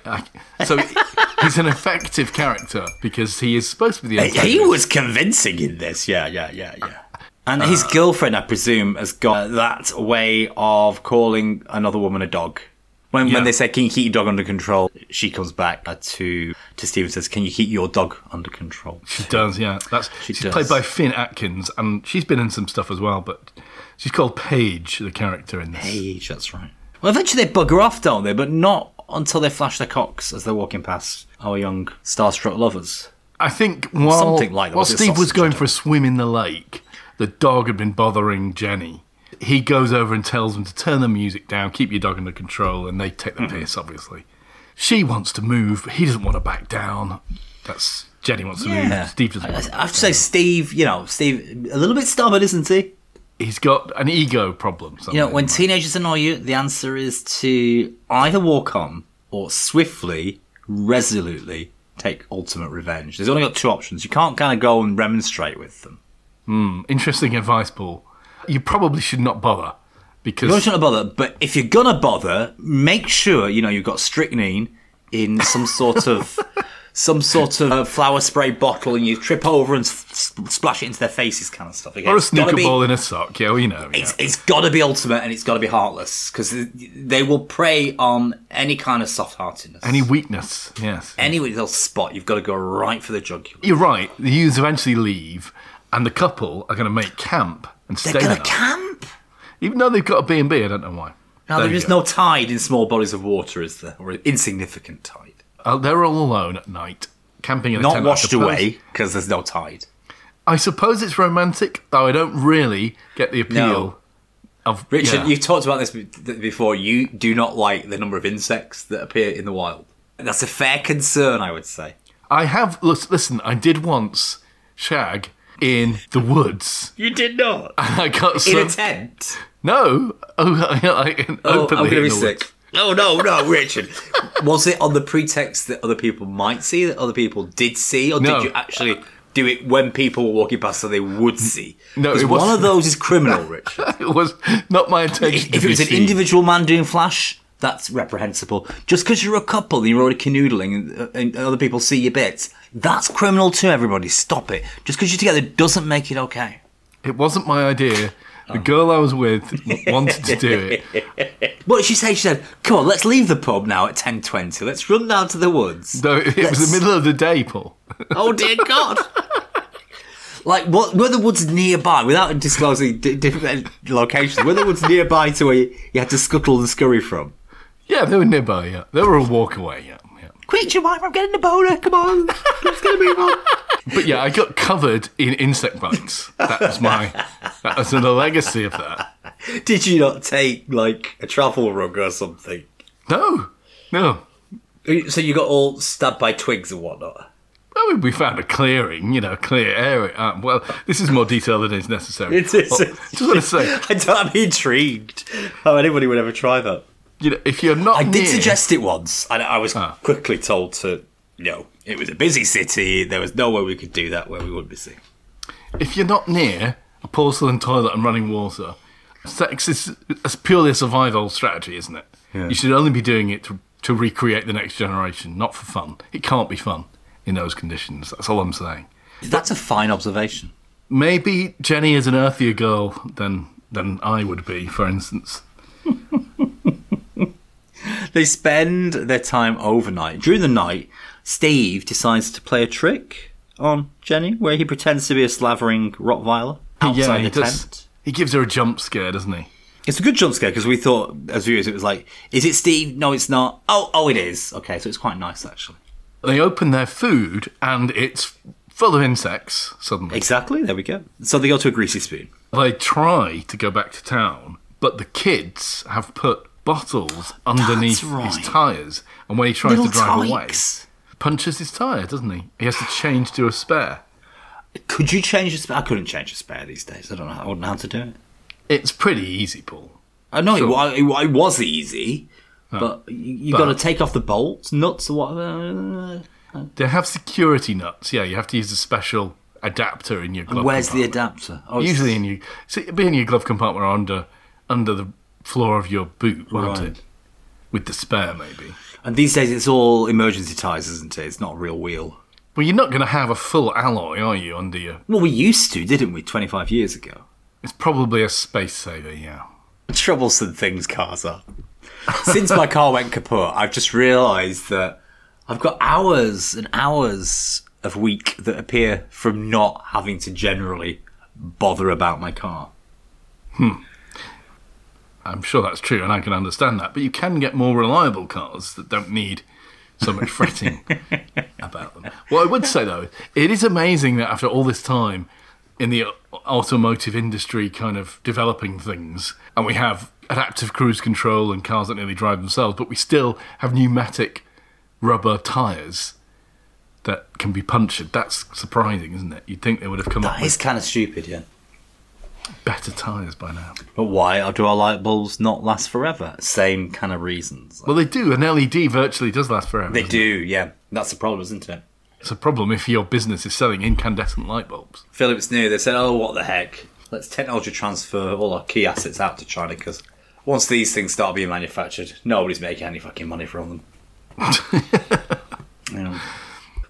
Speaker 2: I so he's an effective character because he is supposed to be the.
Speaker 3: He
Speaker 2: antagonist.
Speaker 3: was convincing in this. Yeah, yeah, yeah, yeah. And his girlfriend, I presume, has got that way of calling another woman a dog. When,
Speaker 2: Yeah.
Speaker 3: when they say, "Can you keep your dog under control?" she comes back uh, to to Steve and says, "Can you keep your dog under control?"
Speaker 2: She does, yeah. That's she's
Speaker 3: does.
Speaker 2: played by Finn Atkins, and she's been in some stuff as well. But she's called Paige, the character in this.
Speaker 3: Age, E, that's right. Well, eventually they bugger off, don't they? But not until they flash their cocks as they're walking past our young starstruck lovers.
Speaker 2: I think while,
Speaker 3: Something like that.
Speaker 2: while
Speaker 3: Was it a
Speaker 2: Steve was
Speaker 3: sausage, I
Speaker 2: going
Speaker 3: don't
Speaker 2: for a swim in the lake, the dog had been bothering Jenny. He goes over and tells them to turn the music down, keep your dog under control, and they take the
Speaker 3: Mm-hmm.
Speaker 2: piss, obviously. She wants to move, but he doesn't want to back down. That's Jenny wants to move, Steve doesn't
Speaker 3: I,
Speaker 2: want to
Speaker 3: I have to say, Steve, you know, Steve, a little bit stubborn, isn't he?
Speaker 2: He's got an ego problem.
Speaker 3: You know, when teenagers annoy you, the answer is to either walk on or swiftly, resolutely take ultimate revenge. There's only got two options. You can't kind of go and remonstrate with them.
Speaker 2: Interesting advice, Paul. You probably should not bother because.
Speaker 3: You don't shouldn't bother, but if you're gonna bother, make sure you know you've got strychnine in some sort of some sort of uh, flower spray bottle, and you trip over and s- s- splash it into their faces, kind of stuff. Again,
Speaker 2: or a
Speaker 3: it's gotta
Speaker 2: snooker
Speaker 3: be-
Speaker 2: ball in a sock, yeah, well, you know. yeah.
Speaker 3: It's, it's got to be ultimate and it's got to be heartless because they will prey on any kind of soft heartedness.
Speaker 2: Any weakness, yes.
Speaker 3: Anyway, they'll spot you've got to go right for the jugular.
Speaker 2: You're right. The youths eventually leave, and the couple are going to make camp and
Speaker 3: They're
Speaker 2: stay
Speaker 3: gonna
Speaker 2: there.
Speaker 3: camp.
Speaker 2: Even though they've got a B&B, I don't know why.
Speaker 3: Now there
Speaker 2: you
Speaker 3: is
Speaker 2: go.
Speaker 3: no tide in small bodies of water, is there? Or insignificant tide,
Speaker 2: Uh, they're all alone at night, camping in a
Speaker 3: not
Speaker 2: tent, I
Speaker 3: washed
Speaker 2: suppose.
Speaker 3: away because there's no tide.
Speaker 2: I suppose it's romantic, though I don't really get the appeal
Speaker 3: No.
Speaker 2: of
Speaker 3: Richard,
Speaker 2: yeah.
Speaker 3: you've talked about this be- th- before. You do not like the number of insects that appear in the wild. That's a fair concern, I would say.
Speaker 2: I have lis- listen. I did once shag in the woods.
Speaker 3: You did not
Speaker 2: I got
Speaker 3: in
Speaker 2: some.
Speaker 3: a tent.
Speaker 2: no, oh, like,
Speaker 3: Oh,
Speaker 2: openly
Speaker 3: I'm gonna
Speaker 2: in the
Speaker 3: be sick.
Speaker 2: woods.
Speaker 3: No, no, no, Richard. Was it on the pretext that other people might see, that other people did see, or
Speaker 2: No.
Speaker 3: did you actually do it when people were walking past so they would see?
Speaker 2: No,
Speaker 3: 'Cause
Speaker 2: it
Speaker 3: one
Speaker 2: wasn't.
Speaker 3: of those is criminal, Richard.
Speaker 2: It was not my intention.
Speaker 3: if, if
Speaker 2: to
Speaker 3: it
Speaker 2: be
Speaker 3: was an
Speaker 2: seen.
Speaker 3: individual man doing flash, that's reprehensible. Just because you're a couple and you're already canoodling and, and other people see your bits, that's criminal too. Everybody, stop it. Just because you're together doesn't make it okay.
Speaker 2: It wasn't my idea.
Speaker 3: Oh.
Speaker 2: The girl I was with w- wanted to do it.
Speaker 3: What did she say? She said, "Come on, let's leave the pub now at ten twenty. Let's run down to the woods."
Speaker 2: Though it was
Speaker 3: Let's-
Speaker 2: the middle of the day, Paul.
Speaker 3: Oh dear God! Like, what, were the woods nearby, without disclosing di different locations, were the woods nearby to where you, you had to scuttle and scurry from?
Speaker 2: Yeah, they were nearby. Yeah, they were a walk away. Yeah, yeah.
Speaker 3: Quick, Jemima, I'm getting a boner. Come on. It's going to move on.
Speaker 2: But yeah, I got covered in insect bites. That was my. That was the legacy of that.
Speaker 3: Did you not take, like, a travel rug or something?
Speaker 2: No, no.
Speaker 3: So you got all stabbed by twigs and whatnot?
Speaker 2: I mean, we found a clearing, you know, clear area. Uh, well, this is more detail than is necessary.
Speaker 3: It is.
Speaker 2: Well, just want to say,
Speaker 3: I don't, I'm intrigued how anybody would ever try that.
Speaker 2: you know, if you're not
Speaker 3: I did
Speaker 2: near,
Speaker 3: suggest it once, and I was quickly told to no. It was a busy city. There was nowhere we could do that where we wouldn't be seen.
Speaker 2: if you're not near a porcelain toilet and running water, sex is it's purely a survival strategy, isn't it? You should only be doing it to, to recreate the next generation, not for fun. It can't be fun in those conditions. That's all I'm saying.
Speaker 3: That's a fine observation.
Speaker 2: Maybe Jenny is an earthier girl than than I would be, for instance.
Speaker 3: They spend their time overnight. During the night, Steve decides to play a trick on Jenny, where he pretends to be a slavering Rottweiler outside
Speaker 2: he
Speaker 3: the
Speaker 2: does-
Speaker 3: tent.
Speaker 2: He gives her a jump scare, doesn't he?
Speaker 3: It's a good jump scare because we thought, as viewers, it was like, is it Steve? No, it's not. Oh, oh, it is. Okay, so it's quite nice actually.
Speaker 2: They open their food and it's full of insects suddenly.
Speaker 3: Exactly. There we go. So they go to a greasy spoon.
Speaker 2: They try to go back to town, but the kids have put bottles underneath
Speaker 3: right.
Speaker 2: his tyres. And when he tries to
Speaker 3: Little
Speaker 2: drive
Speaker 3: tykes.
Speaker 2: away, punches his tyre, doesn't he? He has to change to a spare.
Speaker 3: Could you change a spare? I couldn't change a spare these days. I don't know. I wouldn't know how to do it.
Speaker 2: It's pretty easy, Paul.
Speaker 3: I know it, wa- it, wa- it was easy, but you, you got to
Speaker 2: But-
Speaker 3: take off the bolts, nuts, or whatever.
Speaker 2: They have security nuts. Yeah, you have to use a special adapter in your glove.
Speaker 3: Where's the
Speaker 2: compartment.
Speaker 3: adapter? Oh, it's-
Speaker 2: Usually in your so it'd be in your glove compartment or under under the floor of your boot, won't
Speaker 3: Right.
Speaker 2: it? With the spare maybe.
Speaker 3: And these days it's all emergency tyres, isn't it? It's not a real wheel.
Speaker 2: Well you're not gonna have a full alloy, are you, under your
Speaker 3: Well, we used to, didn't we, 25 years ago?
Speaker 2: it's probably a space saver, yeah.
Speaker 3: troublesome things cars are. Since my car went kaput, I've just realised that I've got hours and hours of week that appear from not having to generally bother about my car.
Speaker 2: I'm sure that's true and I can understand that. But you can get more reliable cars that don't need so much fretting about them. What I would say though, it is amazing that after all this time in the automotive industry kind of developing things, and we have adaptive cruise control and cars that nearly drive themselves, but we still have pneumatic rubber tyres that can be punctured. That's surprising, isn't it? You'd think they would have come up
Speaker 3: That is kind of stupid, yeah.
Speaker 2: with better tyres by now.
Speaker 3: But why do our light bulbs not last forever? Same kind of reasons.
Speaker 2: Well, they do. An LED virtually does last forever.
Speaker 3: They
Speaker 2: doesn't
Speaker 3: do, yeah. That's the problem, isn't it?
Speaker 2: It's a problem if your business is selling incandescent light bulbs.
Speaker 3: Philips knew. They said, "Oh, what the heck? Let's technology transfer all our key assets out to China because once these things start being manufactured, nobody's making any fucking money from them." Yeah.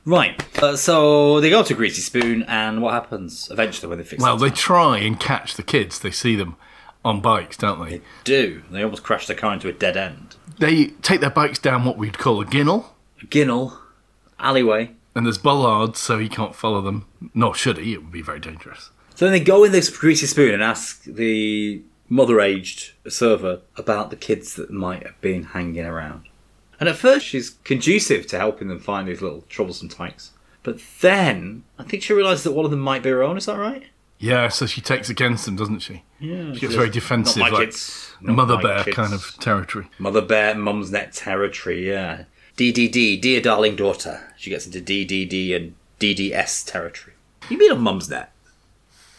Speaker 3: Right. Uh, so they go to Greasy Spoon, and what happens eventually when they fix?
Speaker 2: Well,
Speaker 3: it?
Speaker 2: they try and catch the kids. They see them on bikes, don't they?
Speaker 3: do. They almost crash the car into a dead end.
Speaker 2: They take their bikes down what we'd call a ginnel,
Speaker 3: Ginnel alleyway.
Speaker 2: and there's bollards, so he can't follow them. Nor should he. It would be very dangerous.
Speaker 3: So then they go in this Greasy Spoon and ask the mother-aged server about the kids that might have been hanging around. And at first she's conducive to helping them find these little troublesome tykes. But then I think she realises that one of them might be her own, is that right?
Speaker 2: Yeah, so she takes against them, doesn't she? Yeah. She gets very defensive,
Speaker 3: Not my
Speaker 2: like
Speaker 3: kids. Not
Speaker 2: mother
Speaker 3: my
Speaker 2: bear
Speaker 3: kids.
Speaker 2: kind of territory.
Speaker 3: Mother bear, mum's net territory, yeah. DDD, dear darling daughter. She gets into DDD and DDS territory. You mean on mum's net?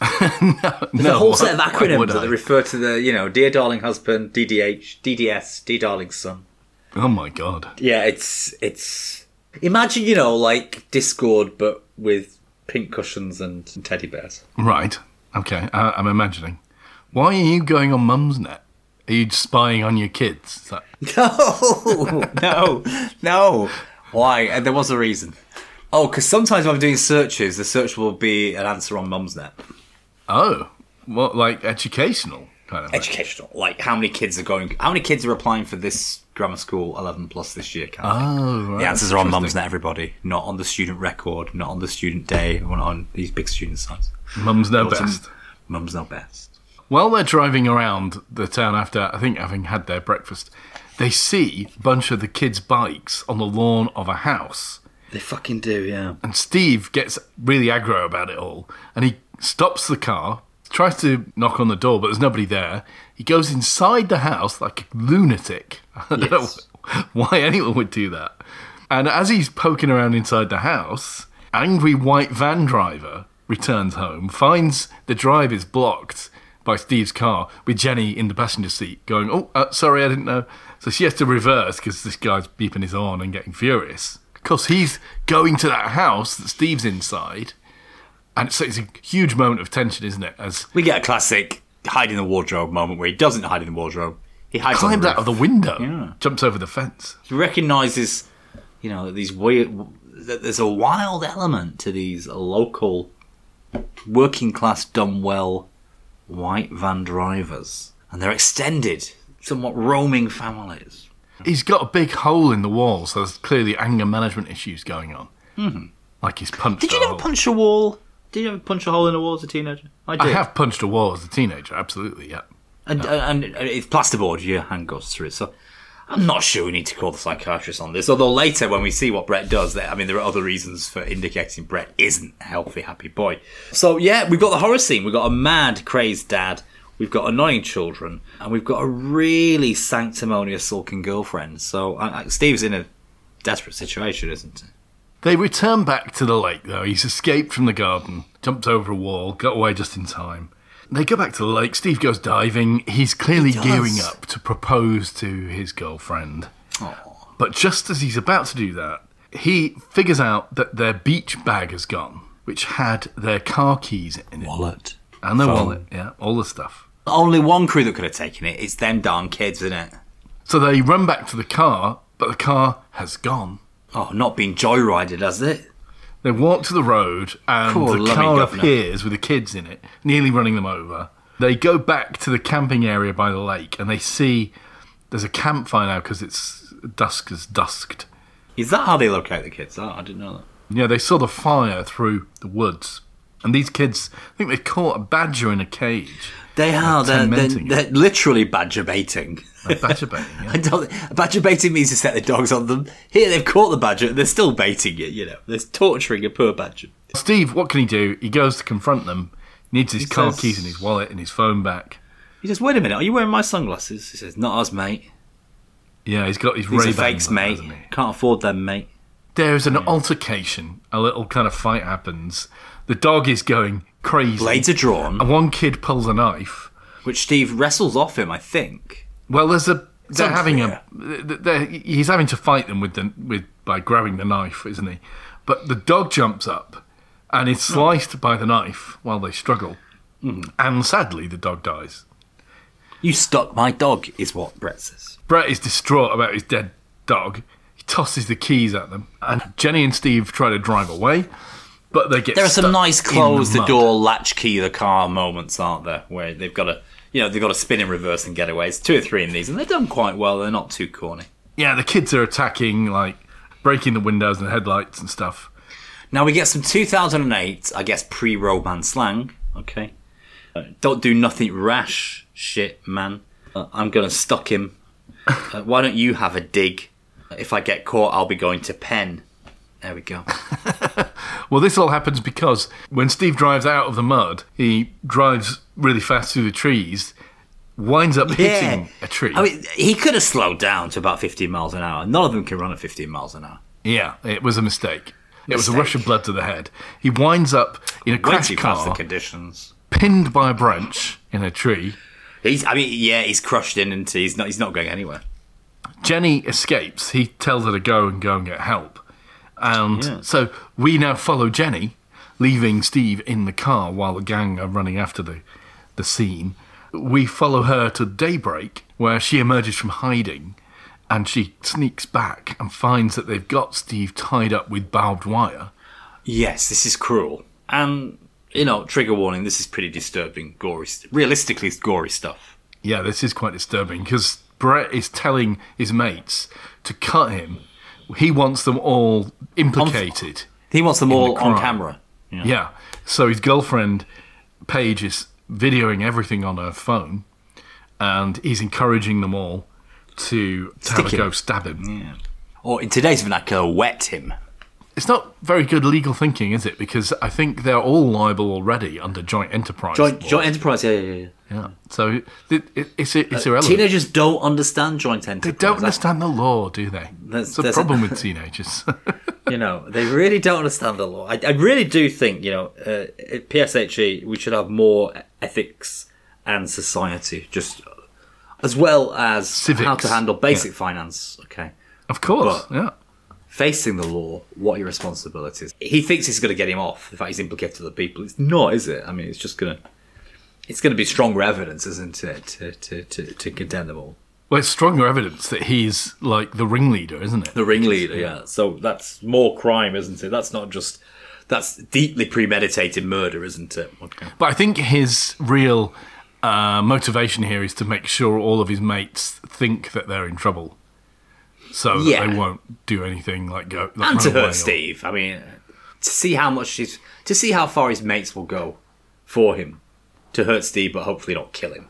Speaker 3: There's a whole set of acronyms that they refer to the, you know, dear darling husband, DDH, DDS, dear darling son.
Speaker 2: Oh my god.
Speaker 3: Yeah, it's it's. Imagine you know like Discord, but with pink cushions and teddy bears.
Speaker 2: Right. Okay. I- I'm imagining. Why are you going on Mum's net? Are you spying on your kids? Is that-
Speaker 3: No, no, no. Why? And there was a reason. Oh, because sometimes when I'm doing searches, the search will be an answer on Mum's net.
Speaker 2: Oh, well, like educational. kind of. thing.
Speaker 3: educational. Like how many kids are going? How many kids are applying for this grammar school eleven plus this year? Kind of thing.
Speaker 2: Oh, right.
Speaker 3: the answers are on mums, not everybody. Not on the student record. Not on the student day. Not on these big student sites.
Speaker 2: Mum's know
Speaker 3: But some-
Speaker 2: best.
Speaker 3: Mums know best.
Speaker 2: While they're driving around the town after, I think, having had their breakfast, they see a bunch of the kids' bikes on the lawn of a house.
Speaker 3: They fucking do, yeah.
Speaker 2: And Steve gets really aggro about it all. And he stops the car, tries to knock on the door, but there's nobody there. He goes inside the house like a lunatic. I don't
Speaker 3: Yes.
Speaker 2: know why anyone would do that. And as he's poking around inside the house, angry white van driver returns home, finds the drive is blocked by Steve's car with Jenny in the passenger seat going, Oh, uh, sorry, I didn't know. So she has to reverse because this guy's beeping his horn and getting furious. Of course, he's going to that house that Steve's inside. And so it's a huge moment of tension, isn't it? As
Speaker 3: We get a classic hide in the wardrobe moment where he doesn't hide in the wardrobe. He hides on
Speaker 2: climbs
Speaker 3: the
Speaker 2: out of
Speaker 3: roof.
Speaker 2: the window,
Speaker 3: Yeah.
Speaker 2: jumps over the fence.
Speaker 3: He recognizes, you know, these weird. That there's a wild element to these local, working class, done well, white van drivers, and they're extended, somewhat roaming families.
Speaker 2: He's got a big hole in the wall, so there's clearly anger management issues going on. Mm-hmm. Like he's punched.
Speaker 3: Did
Speaker 2: a
Speaker 3: you ever
Speaker 2: hole.
Speaker 3: punch a wall? Did you ever punch a hole in a wall as a teenager? I did.
Speaker 2: I have punched a wall as a teenager, absolutely. Yeah.
Speaker 3: And, and, and it's plasterboard, your hand goes through it. So I'm not sure we need to call the psychiatrist on this. Although later, when we see what Brett does, there, I mean, there are other reasons for indicating Brett isn't a healthy, happy boy. So yeah, we've got the horror scene. We've got a mad, crazed dad. We've got annoying children, and we've got a really sanctimonious, sulking girlfriend. So I, I, Steve's in a desperate situation, isn't he?
Speaker 2: They return back to the lake, though. He's escaped from the garden, jumped over a wall, got away just in time. They go back to the lake. Steve goes diving. He's clearly
Speaker 3: does.
Speaker 2: gearing up to propose to his girlfriend. But just as he's about to do that, he figures out that their beach bag has gone, which had their car keys in it
Speaker 3: Wallet.
Speaker 2: and their
Speaker 3: phone.
Speaker 2: wallet. Yeah, all the stuff.
Speaker 3: Only one crew that could have taken it. It's them darn kids, isn't it?
Speaker 2: So they run back to the car, but the car has gone.
Speaker 3: Oh, not being joyrided, has it?
Speaker 2: They walk to the road, and
Speaker 3: Poor
Speaker 2: the
Speaker 3: lovely
Speaker 2: car
Speaker 3: governor.
Speaker 2: appears with the kids in it, nearly running them over. They go back to the camping area by the lake, and they see there's a campfire now because it's dusk has dusked.
Speaker 3: Is that how they locate the kids? Oh, I didn't know that.
Speaker 2: Yeah, they saw the fire through the woods, and these kids I think they caught a badger in a cage.
Speaker 3: They are. They're, they're,
Speaker 2: tormenting
Speaker 3: they're literally badger baiting.
Speaker 2: A badger baiting. yeah.
Speaker 3: I don't, badger baiting means to set the dogs on them. Here they've caught the badger. They're still baiting it. You know, they're torturing a poor badger.
Speaker 2: Steve, what can he do? He goes to confront them. Needs his
Speaker 3: He
Speaker 2: car
Speaker 3: says-
Speaker 2: keys and his wallet and his phone back.
Speaker 3: He says, "Wait a minute, are you wearing my sunglasses?" He says, "Not us, mate.
Speaker 2: Yeah, he's got his
Speaker 3: These
Speaker 2: Ray
Speaker 3: are fakes, mate. Can't afford them, mate."
Speaker 2: There's an altercation. A little kind of fight happens. The dog is going crazy.
Speaker 3: Blades are drawn,
Speaker 2: And one kid pulls a knife.
Speaker 3: which Steve wrestles off him. I think.
Speaker 2: Well, there's a. They're having a.
Speaker 3: unclear.
Speaker 2: They're, he's having to fight them with the with by grabbing the knife, isn't he? But the dog jumps up and
Speaker 3: Hmm.
Speaker 2: is sliced by the knife while they struggle. And sadly, the dog dies.
Speaker 3: You stuck my dog, is what Brett says.
Speaker 2: Brett is distraught about his dead dog. He tosses the keys at them, and Jenny and Steve try to drive away, but they get.
Speaker 3: There are some
Speaker 2: stuck
Speaker 3: nice
Speaker 2: in the
Speaker 3: close the,
Speaker 2: mud.
Speaker 3: door, latch key the car moments, aren't there? Where they've got to, you know, they've got to spin in reverse and get away. It's two or three in these, and they're done quite well. They're not too corny.
Speaker 2: Yeah, the kids are attacking, like breaking the windows and the headlights and stuff.
Speaker 3: Now we get some 2008, I guess, pre-romance slang. Okay, Uh, don't do nothing rash, shit, man. Uh, I'm gonna stuck him. Uh, why don't you have a dig? If I get caught, I'll be going to pen. There we go.
Speaker 2: Well, this all happens because when Steve drives out of the mud, he drives really fast through the trees, winds up hitting a tree.
Speaker 3: I mean, he could have slowed down to about 15 miles an hour. None of them can run at 15 miles an hour.
Speaker 2: yeah, it was a mistake. It was a
Speaker 3: Mistake.
Speaker 2: rush of blood to the head. He winds up in a
Speaker 3: Way
Speaker 2: crash
Speaker 3: too past the
Speaker 2: car,
Speaker 3: conditions.
Speaker 2: pinned by a branch in a tree.
Speaker 3: He's, I mean, yeah, he's crushed in, and he's not, he's not going anywhere.
Speaker 2: Jenny escapes. He tells her to go and go and get help. And
Speaker 3: Yeah.
Speaker 2: so we now follow Jenny, leaving Steve in the car while the gang are running after the, the scene. We follow her to daybreak, where she emerges from hiding and she sneaks back and finds that they've got Steve tied up with barbed wire.
Speaker 3: Yes, this is cruel. And, you know, trigger warning, this is pretty disturbing, gory, st- realistically, it's gory stuff.
Speaker 2: Yeah, this is quite disturbing because Brett is telling his mates to cut him. He wants them all implicated.
Speaker 3: He wants them all on
Speaker 2: crime.
Speaker 3: camera.
Speaker 2: yeah. So his girlfriend, Paige, is videoing everything on her phone and he's encouraging them all to, to have
Speaker 3: Stick
Speaker 2: a
Speaker 3: him.
Speaker 2: go stab him.
Speaker 3: Or in today's vernacular, wet him.
Speaker 2: It's not very good legal thinking, is it? Because I think they're all liable already under joint enterprise.
Speaker 4: Joint,
Speaker 2: law.
Speaker 4: joint enterprise, yeah, yeah, yeah.
Speaker 2: Yeah. So it, it, it's, it's irrelevant.
Speaker 4: Teenagers don't understand joint Uh, enterprise.
Speaker 2: They don't understand the law, do they?
Speaker 4: That's-
Speaker 2: That's the
Speaker 4: that's-
Speaker 2: problem with teenagers.
Speaker 4: You know, they really don't understand the law. I, I really do think, you know, uh, at PSHE, E, we should have more ethics and society, just as well as how
Speaker 2: Civics.
Speaker 4: to handle basic finance. Okay.
Speaker 2: of course,
Speaker 4: But-
Speaker 2: yeah.
Speaker 4: Facing the law, what are your responsibilities? He thinks he's going to get him off. The fact he's implicated other people, it's not, is it? I mean, it's just going to, it's going to be stronger evidence, isn't it, to to to, to condemn them all.
Speaker 2: Well, it's stronger evidence that he's like the ringleader, isn't it?
Speaker 4: The ringleader, yeah. So that's more crime, isn't it? That's not just that's deeply premeditated murder, isn't it? Okay.
Speaker 2: But I think his real uh, motivation here is to make sure all of his mates think that they're in trouble, so
Speaker 4: Yeah.
Speaker 2: that they won't do anything like go. Like
Speaker 4: And to
Speaker 2: run away
Speaker 4: hurt
Speaker 2: or-
Speaker 4: Steve. I mean, to see how much she's to see how far his mates will go for him to hurt Steve, but hopefully not kill him.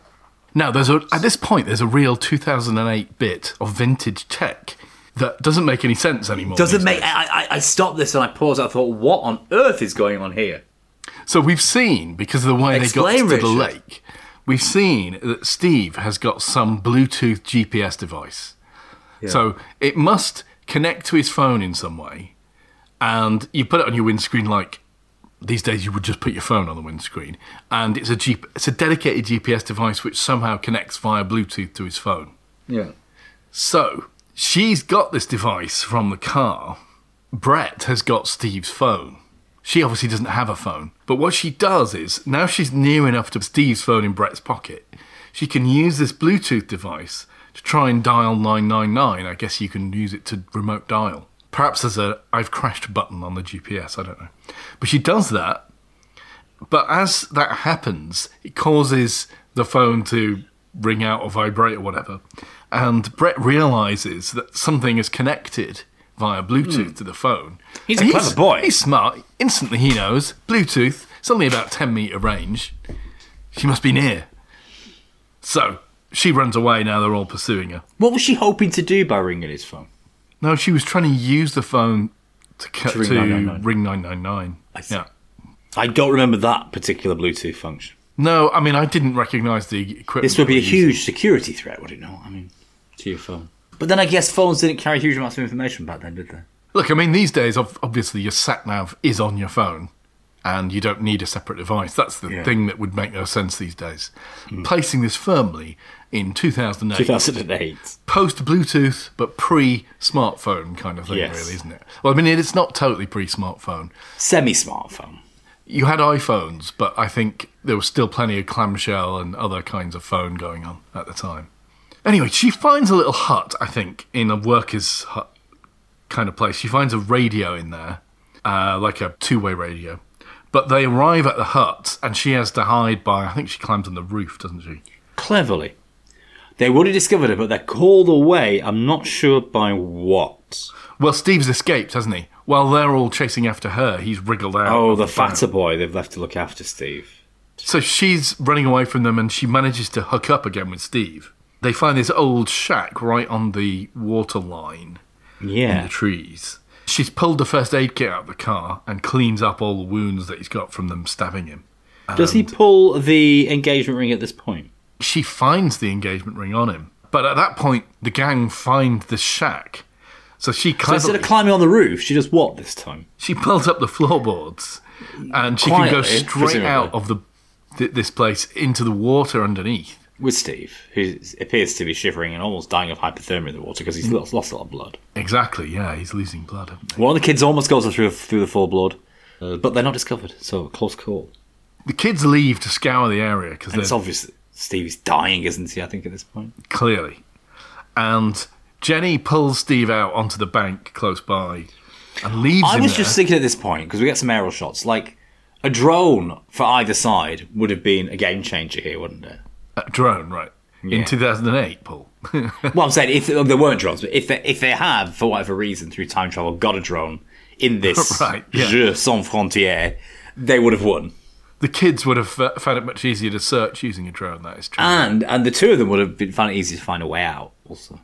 Speaker 2: Now, there's a, at this point, there's a real 2008 bit of vintage tech that doesn't make any sense anymore.
Speaker 4: Doesn't
Speaker 2: these
Speaker 4: make.
Speaker 2: days.
Speaker 4: I, I I stopped this and I paused. I thought, what on earth is going on here?
Speaker 2: So we've seen because of the way they
Speaker 4: Explain,
Speaker 2: got to the
Speaker 4: Richard.
Speaker 2: lake, we've seen that Steve has got some Bluetooth GPS device. So it must connect to his phone in some way, and you put it on your windscreen. Like these days, you would just put your phone on the windscreen, and it's a G- it's a dedicated GPS device which somehow connects via Bluetooth to his phone.
Speaker 4: Yeah.
Speaker 2: So she's got this device from the car. Brett has got Steve's phone. She obviously doesn't have a phone. But what she does is now she's near enough to Steve's phone in Brett's pocket, she can use this Bluetooth device to try and dial 999. I guess you can use it to remote dial. Perhaps there's a I've crashed button on the GPS, I don't know. But she does that. But as that happens, it causes the phone to ring out or vibrate or whatever. And Brett realizes that something is connected via Bluetooth to the phone.
Speaker 3: Hmm. He's a
Speaker 2: And
Speaker 3: clever boy.
Speaker 2: He's smart. Instantly he knows Bluetooth, it's only about 10 meter range. She must be near. So she runs away now, they're all pursuing her.
Speaker 3: What was she hoping to do by ringing his phone?
Speaker 2: No, she was trying to use the phone to, cut
Speaker 3: ring
Speaker 2: to
Speaker 3: 999.
Speaker 2: ring 999. Yeah.
Speaker 3: I don't remember that particular Bluetooth function.
Speaker 2: No, I mean, I didn't recognize the equipment.
Speaker 3: This would be
Speaker 2: they
Speaker 3: a
Speaker 2: were
Speaker 3: huge security threat, would it not? I mean, to your phone. But then I guess phones didn't carry huge amounts of information back then, did they?
Speaker 2: Look, I mean, these days, ob- obviously, your sat nav is on your phone, and you don't need a separate device. That's the
Speaker 3: Yeah. Hmm.
Speaker 2: thing that would make no sense these days. Placing this firmly in 2008,
Speaker 3: 2008.
Speaker 2: post Bluetooth, but pre smartphone kind of thing,
Speaker 3: Yes.
Speaker 2: really, isn't it? Well, I mean, it's not totally pre smartphone.
Speaker 3: Semi smartphone.
Speaker 2: You had iPhones, but I think there was still plenty of clamshell and other kinds of phone going on at the time. Anyway, she finds a little hut, I think, in a worker's hut kind of place. She finds a radio in there, uh, like a two way radio. But they arrive at the hut and she has to hide by, I think she climbs on the roof, doesn't she?
Speaker 3: Cleverly. They would have discovered it, but they're called away. I'm not sure by what.
Speaker 2: Well, Steve's escaped, hasn't he? While they're all chasing after her, he's wriggled out.
Speaker 3: Oh,
Speaker 2: of
Speaker 3: the
Speaker 2: van.
Speaker 3: fatter boy they've left to look after, Steve.
Speaker 2: So she's running away from them and she manages to hook up again with Steve. They find this old shack right on the water line in
Speaker 3: Yeah.
Speaker 2: the trees. She's pulled the first aid kit out of the car and cleans up all the wounds that he's got from them stabbing him.
Speaker 3: Does he pull the engagement ring at this point?
Speaker 2: She finds the engagement ring on him. But at that point, the gang find the shack. So she
Speaker 3: So
Speaker 2: cleverly,
Speaker 3: instead of climbing on the roof, she does what this time?
Speaker 2: she pulls up the floorboards and she can go
Speaker 3: Quietly,
Speaker 2: straight out of the th- this place into the water underneath.
Speaker 3: With Steve, who appears to be shivering and almost dying of hypothermia in the water because he's lost, lost a lot of blood.
Speaker 2: Exactly, yeah, he's losing blood. Hasn't he?
Speaker 3: One of the kids almost goes through through the full blood, uh, but they're not discovered. So close call.
Speaker 2: The kids leave to scour the area because
Speaker 3: And it's
Speaker 2: they're
Speaker 3: obvious that Stevie's dying, isn't he? I think at this point.
Speaker 2: clearly. And Jenny pulls Steve out onto the bank close by and leaves
Speaker 3: I
Speaker 2: him
Speaker 3: was
Speaker 2: there.
Speaker 3: just thinking at this point because we get some aerial shots. Like a drone for either side would have been a game changer here, wouldn't it?
Speaker 2: A drone, right? in 2008, Paul.
Speaker 3: Well, I'm saying if there weren't drones, but if they, if they had, for whatever reason, through time travel, got a drone in this
Speaker 2: Right, yeah.
Speaker 3: Jeu sans frontières, they would have won.
Speaker 2: The kids would have uh, found it much easier to search using a drone. That is true.
Speaker 3: And and the two of them would have been, found it easy to find a way out, also.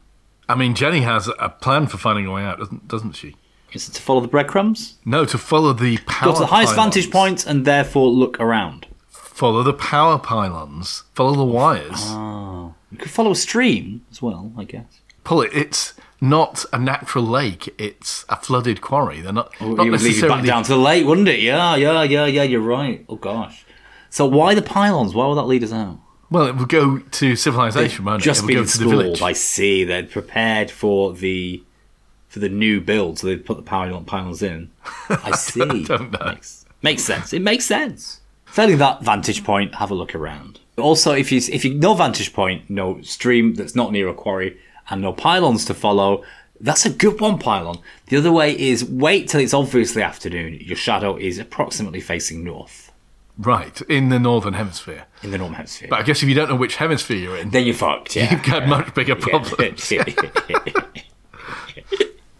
Speaker 2: I mean, Jenny has a plan for finding a way out, doesn't doesn't she?
Speaker 3: Is it to follow the breadcrumbs?
Speaker 2: No, to follow the power.
Speaker 3: Go to the highest
Speaker 2: pylons.
Speaker 3: vantage point and therefore look around.
Speaker 2: Follow the power pylons. Follow the wires.
Speaker 3: Uh. You could follow a stream as well, I guess.
Speaker 2: Paul, it, it's not a natural lake. It's a flooded quarry. They're not. not
Speaker 3: it would lead you back
Speaker 2: necessarily.
Speaker 3: down to the lake, wouldn't it? Yeah, yeah, yeah, yeah, you're right. Oh, gosh. So why the pylons? Why would that lead us out?
Speaker 2: Well, it would go to civilization, won't it? it
Speaker 3: Just
Speaker 2: would
Speaker 3: been
Speaker 2: go to the
Speaker 3: installed.
Speaker 2: village.
Speaker 3: I see. They're prepared for the for the new build, so they put the power pylons in. I see.
Speaker 2: don't know.
Speaker 3: Makes, makes sense. It makes sense. Failing that vantage point, have a look around. Also, if you if you no vantage point, no stream that's not near a quarry, and no pylons to follow, that's a good one pylon. The other way is wait till it's obviously afternoon. Your shadow is approximately facing north
Speaker 2: Right, in the northern hemisphere.
Speaker 3: in the normal hemisphere.
Speaker 2: But I guess if you don't know which hemisphere you're in,
Speaker 3: then you're fucked. Yeah.
Speaker 2: you've got much bigger problems.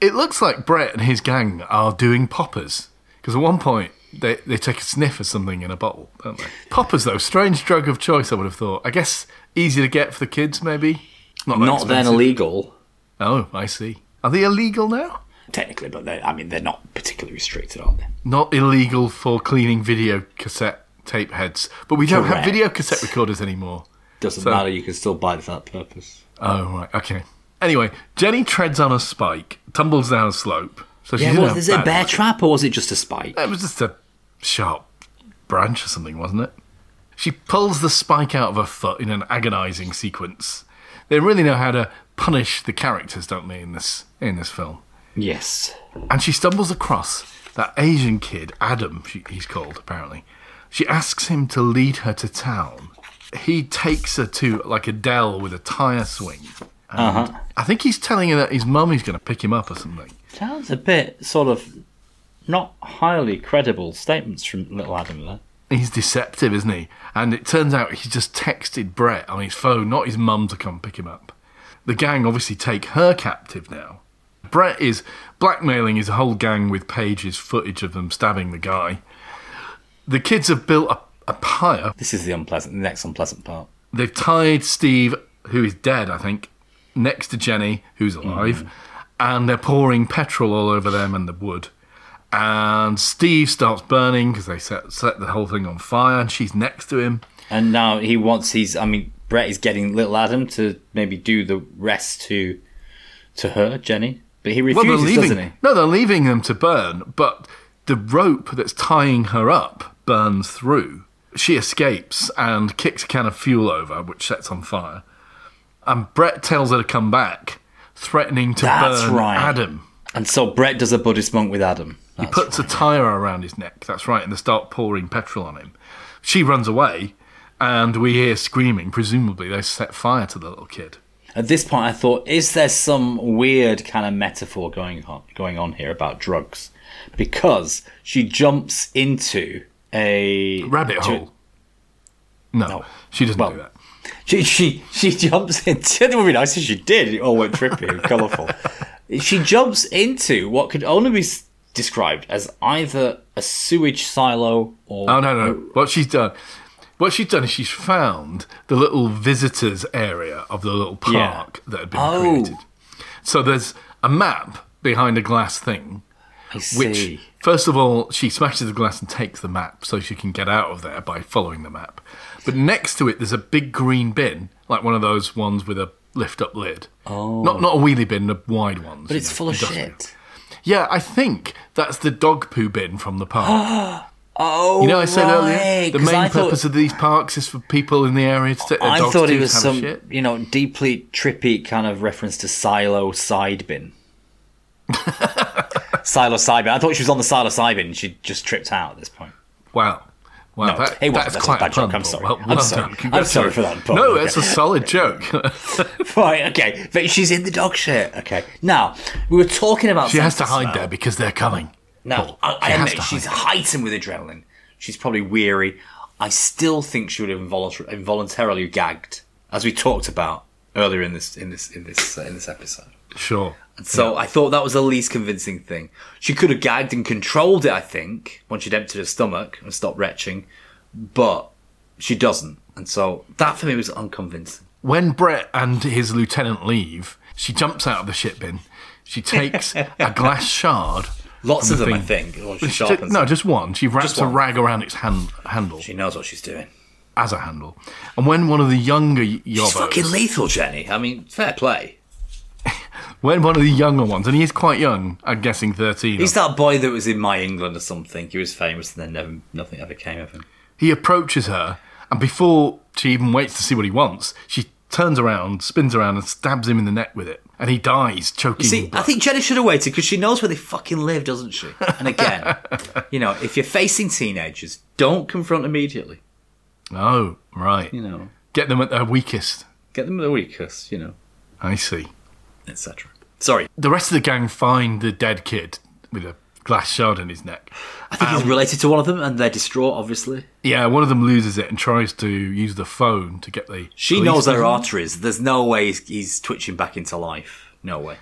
Speaker 2: It looks like Brett and his gang are doing poppers. Because at one point, they, they take a sniff of something in a bottle, don't they? Poppers, though, strange drug of choice, I would have thought. I guess easy to get for the kids, maybe? that
Speaker 3: Not then
Speaker 2: expensive.
Speaker 3: illegal.
Speaker 2: Oh, I see. Are they illegal now?
Speaker 3: technically, but they I mean they're not particularly restricted, are they?
Speaker 2: Not illegal for cleaning video cassette tape heads. But we don't have
Speaker 3: Correct.
Speaker 2: video cassette recorders anymore.
Speaker 3: Doesn't matter. You can still buy it for that purpose.
Speaker 2: Oh, right, okay. Anyway, Jenny treads on a spike, tumbles down a slope. So she
Speaker 3: Yeah,
Speaker 2: didn't
Speaker 3: was
Speaker 2: have
Speaker 3: is it a
Speaker 2: bad
Speaker 3: bear
Speaker 2: luck.
Speaker 3: trap or was it just a spike?
Speaker 2: It was just a sharp branch or something, wasn't it? She pulls the spike out of her foot in an agonising sequence. They really know how to punish the characters, don't they, in this in this film?
Speaker 3: Yes.
Speaker 2: And she stumbles across that Asian kid, Adam, she, he's called apparently. She asks him to lead her to town. He takes her to like a dell with a tire swing.
Speaker 3: Uh huh.
Speaker 2: I think he's telling her that his mum is going to pick him up or something.
Speaker 3: Sounds a bit sort of not highly credible statements from little Adam there.
Speaker 2: He's deceptive, isn't he? And it turns out he's just texted Brett on his phone, not his mum, to come pick him up. The gang obviously take her captive now. Brett is blackmailing his whole gang with Paige's footage of them stabbing the guy. The kids have built a, a pyre.
Speaker 3: This is the unpleasant, the next unpleasant part.
Speaker 2: They've tied Steve, who is dead, I think, next to Jenny, who's alive, and they're pouring petrol all over them and the wood. And Steve starts burning because they set, set the whole thing on fire, and she's next to him.
Speaker 3: And now he wants he's I mean Brett is getting little Adam to maybe do the rest to to her Jenny, but he
Speaker 2: Well, they're
Speaker 3: refuses,
Speaker 2: leaving.
Speaker 3: doesn't he?
Speaker 2: No, they're leaving them to burn, but the rope that's tying her up burns through. She escapes and kicks a can of fuel over, which sets on fire. And Brett tells her to come back, threatening to
Speaker 3: That's
Speaker 2: burn
Speaker 3: right.
Speaker 2: Adam.
Speaker 3: And so Brett does a Buddhist monk with Adam.
Speaker 2: He puts a tire around his neck. That's right, and they start pouring petrol on him. She runs away, and we hear screaming. Presumably, they set fire to the little kid.
Speaker 3: At this point, I thought, is there some weird kind of metaphor going on, going on here about drugs? Because she jumps into a
Speaker 2: Rabbit
Speaker 3: to-
Speaker 2: hole. No, she doesn't
Speaker 3: Well,
Speaker 2: do that.
Speaker 3: She she she jumps into. It would be nice if she did. It all went trippy and colourful. She jumps into what could only be s- described as either a sewage silo or
Speaker 2: Oh no, no. What she's done, what she's done is she's found the little visitors area of the little
Speaker 3: Yeah.
Speaker 2: park that had been
Speaker 3: Oh.
Speaker 2: created. So there's a map behind a glass thing.
Speaker 3: I
Speaker 2: Which,
Speaker 3: see.
Speaker 2: first of all, she smashes the glass and takes the map so she can get out of there by following the map. But next to it, there's a big green bin, like one of those ones with a lift up lid. Oh. Not not a wheelie bin, the wide ones.
Speaker 3: but it's full of shit.
Speaker 2: Yeah, I think that's the dog poo bin from the park.
Speaker 3: Oh,
Speaker 2: You know, I said earlier the main
Speaker 3: I thought,
Speaker 2: purpose of these parks is for people in the area to take their
Speaker 3: I
Speaker 2: dogs
Speaker 3: thought
Speaker 2: to
Speaker 3: it was
Speaker 2: have
Speaker 3: some
Speaker 2: shit.
Speaker 3: you know deeply trippy kind of reference to silo side bin. silo side bin. I thought she was on the silo side bin. She just tripped out at this point.
Speaker 2: Wow, wow,
Speaker 3: No,
Speaker 2: that,
Speaker 3: it wasn't.
Speaker 2: that's,
Speaker 3: That's a
Speaker 2: quite
Speaker 3: bad joke.
Speaker 2: pun,
Speaker 3: I'm sorry.
Speaker 2: Well,
Speaker 3: I'm
Speaker 2: well
Speaker 3: sorry.
Speaker 2: done.
Speaker 3: I'm
Speaker 2: Congratulations.
Speaker 3: sorry for that, Paul.
Speaker 2: No,
Speaker 3: Okay.
Speaker 2: that's a solid joke.
Speaker 3: Right, okay. But she's in the dog shit. Okay. Now, we were talking about.
Speaker 2: she has to
Speaker 3: sense of
Speaker 2: hide
Speaker 3: smell.
Speaker 2: there because they're coming.
Speaker 3: Now,
Speaker 2: Paul,
Speaker 3: I, I
Speaker 2: she has
Speaker 3: admit
Speaker 2: to
Speaker 3: she's
Speaker 2: hide.
Speaker 3: heightened with adrenaline. She's probably weary. I still think she would have involuntar- involuntarily gagged, as we talked about earlier in this in this in this uh, in this episode.
Speaker 2: Sure.
Speaker 3: And so I thought that was the least convincing thing. She could have gagged and controlled it, I think, once she'd emptied her stomach and stopped retching, but she doesn't. And so that for me was unconvincing.
Speaker 2: When Brett and his lieutenant leave, she jumps out of the ship bin. She takes a glass shard.
Speaker 3: Lots
Speaker 2: from
Speaker 3: of
Speaker 2: the
Speaker 3: them, I
Speaker 2: thing-
Speaker 3: think. Or she
Speaker 2: She-
Speaker 3: sharpens.
Speaker 2: no,
Speaker 3: No,
Speaker 2: just one. She wraps
Speaker 3: Just one.
Speaker 2: a rag around its hand, handle
Speaker 3: she knows what she's doing.
Speaker 2: as a handle. And when one of the younger y-
Speaker 3: She's fucking
Speaker 2: yobbos,
Speaker 3: lethal, Jenny. I mean, fair play.
Speaker 2: when one of the younger ones, and he is quite young, I'm guessing thirteen.
Speaker 3: He's that boy that was in My England or something. He was famous, and then never, nothing ever came of him.
Speaker 2: He approaches her, and before she even waits to see what he wants, she turns around, spins around, and stabs him in the neck with it. And he dies, choking.
Speaker 3: See,
Speaker 2: blood.
Speaker 3: I think Jenny should have waited because she knows where they fucking live, doesn't she? And again, you know, if you're facing teenagers, don't confront immediately.
Speaker 2: Oh, right.
Speaker 3: You know,
Speaker 2: Get them at their weakest.
Speaker 3: get them the weakest. You know,
Speaker 2: I see.
Speaker 3: etc. Sorry,
Speaker 2: The rest of the gang find the dead kid with a glass shard in his neck.
Speaker 3: I think he's related to one of them, and they're distraught. Obviously,
Speaker 2: Yeah, one of them loses it and tries to use the phone to get the.
Speaker 3: she
Speaker 2: police
Speaker 3: knows her
Speaker 2: present.
Speaker 3: arteries. There's no way he's, he's twitching back into life. No way.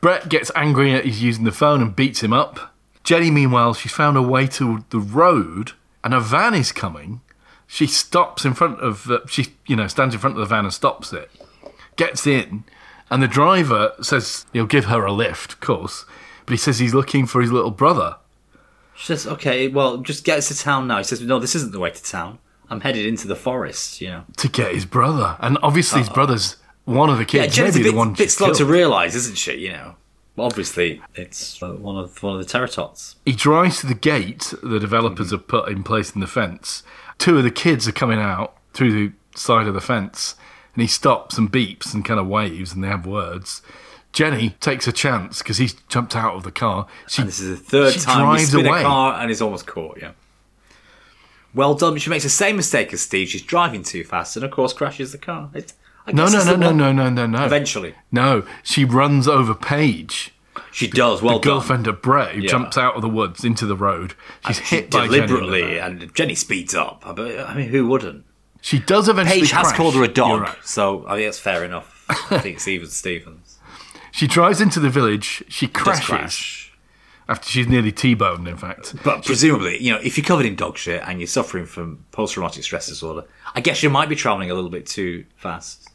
Speaker 2: Brett gets angry at he's using the phone and beats him up. Jenny, meanwhile, she's found a way to the road and a van is coming. She stops in front of, uh, she, you know, stands in front of the van and stops it, gets in, and the driver says he'll give her a lift, of course, but he says he's looking for his little brother.
Speaker 3: She says, "Okay, well, just get us to town now." He says, "No, this isn't the way to town. I'm headed into the forest." You know.
Speaker 2: to get his brother. And obviously, his brother's one of the
Speaker 3: Yeah,
Speaker 2: kids,
Speaker 3: Jen's a
Speaker 2: maybe
Speaker 3: bit,
Speaker 2: the one
Speaker 3: bit
Speaker 2: she's
Speaker 3: slow to
Speaker 2: killed.
Speaker 3: realise, isn't she? You know, obviously it's uh, one of one of the teratots.
Speaker 2: He drives to the gate the developers have put in place in the fence. Two of the kids are coming out through the side of the fence, and he stops and beeps and kind of waves, and they have words. Jenny takes a chance because he's jumped out of the car. She,
Speaker 3: This is the third
Speaker 2: she
Speaker 3: time
Speaker 2: drives
Speaker 3: he's spin
Speaker 2: away.
Speaker 3: a car and is almost caught. Yeah. Well done. She makes the same mistake as Steve. She's driving too fast and, of course, crashes the car. It's, I
Speaker 2: No,
Speaker 3: guess
Speaker 2: no,
Speaker 3: it's
Speaker 2: no,
Speaker 3: the
Speaker 2: no,
Speaker 3: one-
Speaker 2: no, no, no, no.
Speaker 3: Eventually,
Speaker 2: No, she runs over Paige,
Speaker 3: she does. Well done.
Speaker 2: girlfriend of Brett, who jumps out of the woods into the road. She's hit by Jenny in the
Speaker 3: deliberately,
Speaker 2: back.
Speaker 3: and Jenny speeds up. I be- I mean, who wouldn't?
Speaker 2: She does eventually.
Speaker 3: Paige has
Speaker 2: crash.
Speaker 3: called her a
Speaker 2: You're
Speaker 3: dog,
Speaker 2: right.
Speaker 3: so I think that's fair enough. I think it's even Stevens.
Speaker 2: She drives into the village. She
Speaker 3: Does
Speaker 2: crashes
Speaker 3: crash.
Speaker 2: after she's nearly T-boned. In fact,
Speaker 3: But presumably, you know, if you're covered in dog shit and you're suffering from post traumatic stress disorder, I guess you might be travelling a little bit too fast.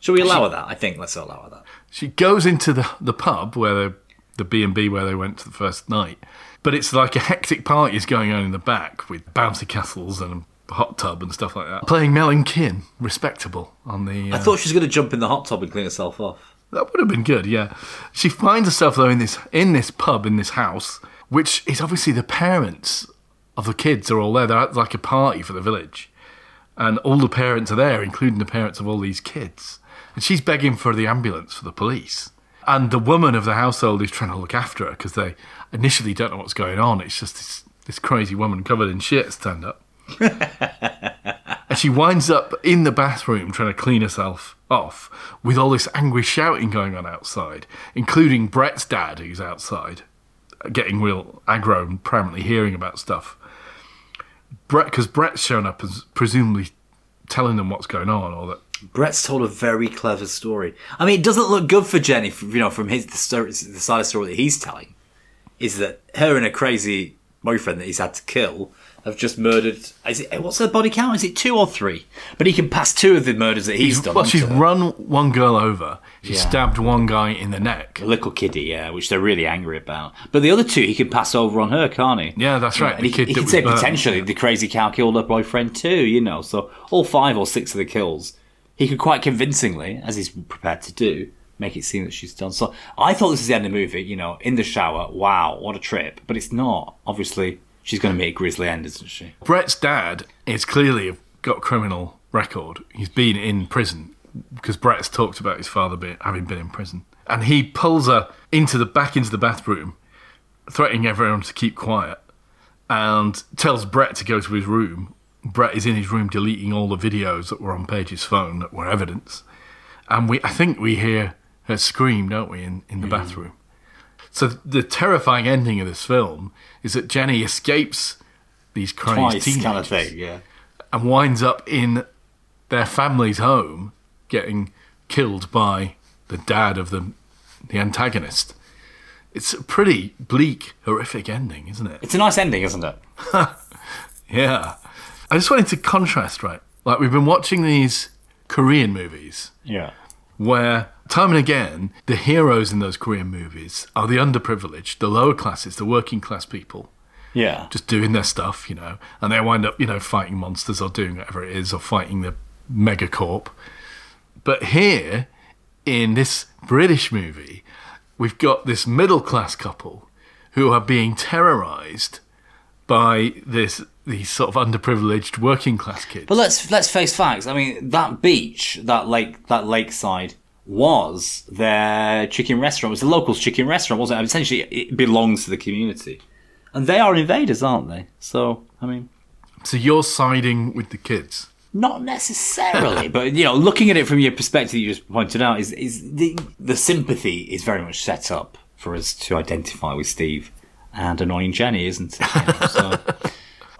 Speaker 3: Shall we allow her that? I think let's allow her that.
Speaker 2: she goes into the the pub where the the B and B where they went to the first night. But it's like a hectic party is going on in the back with bouncy castles and a hot tub and stuff like that. Playing Mel and Kin, respectable on the. Uh,
Speaker 3: I thought she was going to jump in the hot tub and clean herself off.
Speaker 2: that would have been good. Yeah, she finds herself though in this in this pub in this house, which is obviously the parents of the kids are all there. They're at like a party for the village. and all the parents are there, including the parents of all these kids. And she's begging for the ambulance for the police. And the woman of the household is trying to look after her because they initially don't know what's going on. It's just this, this crazy woman covered in shit stand up. and she winds up in the bathroom trying to clean herself off with all this angry shouting going on outside, including Brett's dad, who's outside, getting real aggro and apparently hearing about stuff. Brett, because Brett's shown up as presumably telling them what's going on, or that
Speaker 3: Brett's told a very clever story. I mean, it doesn't look good for Jenny, f- you know, from his the, story, the side of the story that he's telling. Is that her and her crazy boyfriend that he's had to kill have just murdered? Is it, what's her body count? Is it two or three? But he can pass two of the murders that he's, done.
Speaker 2: well, she's
Speaker 3: onto her.
Speaker 2: run one girl over. She
Speaker 3: Yeah.
Speaker 2: stabbed one guy in the neck.
Speaker 3: A little kiddie, yeah, which they're really angry about. But the other two, he can pass over on her, can't he?
Speaker 2: Yeah, that's right,
Speaker 3: And
Speaker 2: the
Speaker 3: he,
Speaker 2: kid
Speaker 3: he
Speaker 2: that
Speaker 3: can
Speaker 2: was
Speaker 3: say
Speaker 2: burnt.
Speaker 3: potentially the crazy cow killed her boyfriend too, you know. So all five or six of the kills, he could quite convincingly, as he's prepared to do, make it seem that she's done. So I thought this was the end of the movie, you know, in the shower. Wow, what a trip! But it's not. Obviously, she's going to meet a grisly end, isn't she?
Speaker 2: Brett's dad is clearly got a criminal record. He's been in prison because Brett's talked about his father being, having been in prison, and he pulls her into the back into the bathroom, threatening everyone to keep quiet, and tells Brett to go to his room. Brett is in his room deleting all the videos that were on Paige's phone that were evidence, and we I think we hear her scream, don't we, in, in the
Speaker 3: Mm.
Speaker 2: bathroom. So the terrifying ending of this film is that Jenny escapes these crazy
Speaker 3: Twice,
Speaker 2: teenagers
Speaker 3: kind of thing. Yeah.
Speaker 2: and winds up in their family's home getting killed by the dad of the, the antagonist. It's a pretty bleak, horrific ending, isn't it?
Speaker 3: It's a nice ending, isn't it?
Speaker 2: Yeah. I just wanted to contrast, right? Like, we've been watching these Korean movies
Speaker 3: Yeah.
Speaker 2: where time and again the heroes in those Korean movies are the underprivileged, the lower classes, the working class people,
Speaker 3: Yeah.
Speaker 2: just doing their stuff, you know, and they wind up, you know, fighting monsters or doing whatever it is or fighting the megacorp. But here in this British movie, we've got this middle class couple who are being terrorized by this these sort of underprivileged working class kids.
Speaker 3: But let's let's face facts. I mean, that beach, that lake, that lakeside was their chicken restaurant. It was the locals' chicken restaurant, wasn't it? Essentially, it belongs to the community, and they are invaders, aren't they? So, I mean,
Speaker 2: so you're siding with the kids.
Speaker 3: not necessarily, but you know, looking at it from your perspective, you just pointed out is is the the sympathy is very much set up for us to identify with Steve and annoying Jenny, isn't it? You know, so,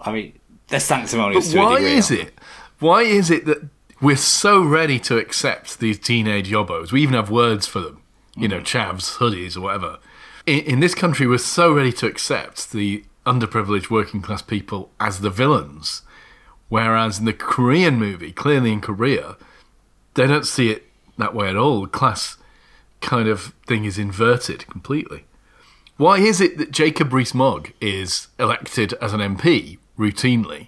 Speaker 3: I mean, they're sanctimonious. to a
Speaker 2: why
Speaker 3: degree,
Speaker 2: is
Speaker 3: aren't
Speaker 2: it? Why is it that we're so ready to accept these teenage yobbos? We even have words for them, you know, chavs, hoodies, or whatever. In, in this country, we're so ready to accept the underprivileged working class people as the villains, whereas in the Korean movie, clearly in Korea, they don't see it that way at all. The class kind of thing is inverted completely. Why is it that Jacob Rees-Mogg is elected as an MP routinely?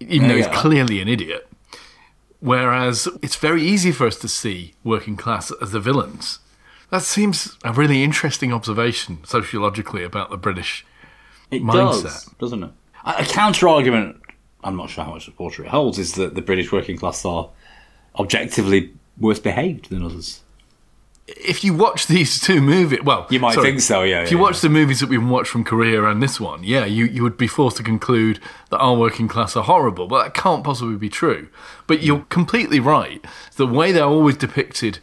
Speaker 2: even though he's
Speaker 3: Yeah.
Speaker 2: clearly an idiot. Whereas it's very easy for us to see working class as the villains. That seems a really interesting observation sociologically about the British.
Speaker 3: It
Speaker 2: mindset.
Speaker 3: does, doesn't it? A, a counter argument, I'm not sure how much water it holds, is that the British working class are objectively worse behaved than others.
Speaker 2: If you watch these two movies, well,
Speaker 3: You might
Speaker 2: sorry,
Speaker 3: think so, yeah.
Speaker 2: If
Speaker 3: yeah,
Speaker 2: you watch the movies that we've watched from Korea and this one, yeah, you, you would be forced to conclude that our working class are horrible, but that can't possibly be true. But
Speaker 3: Mm.
Speaker 2: you're completely right. The way they're always depicted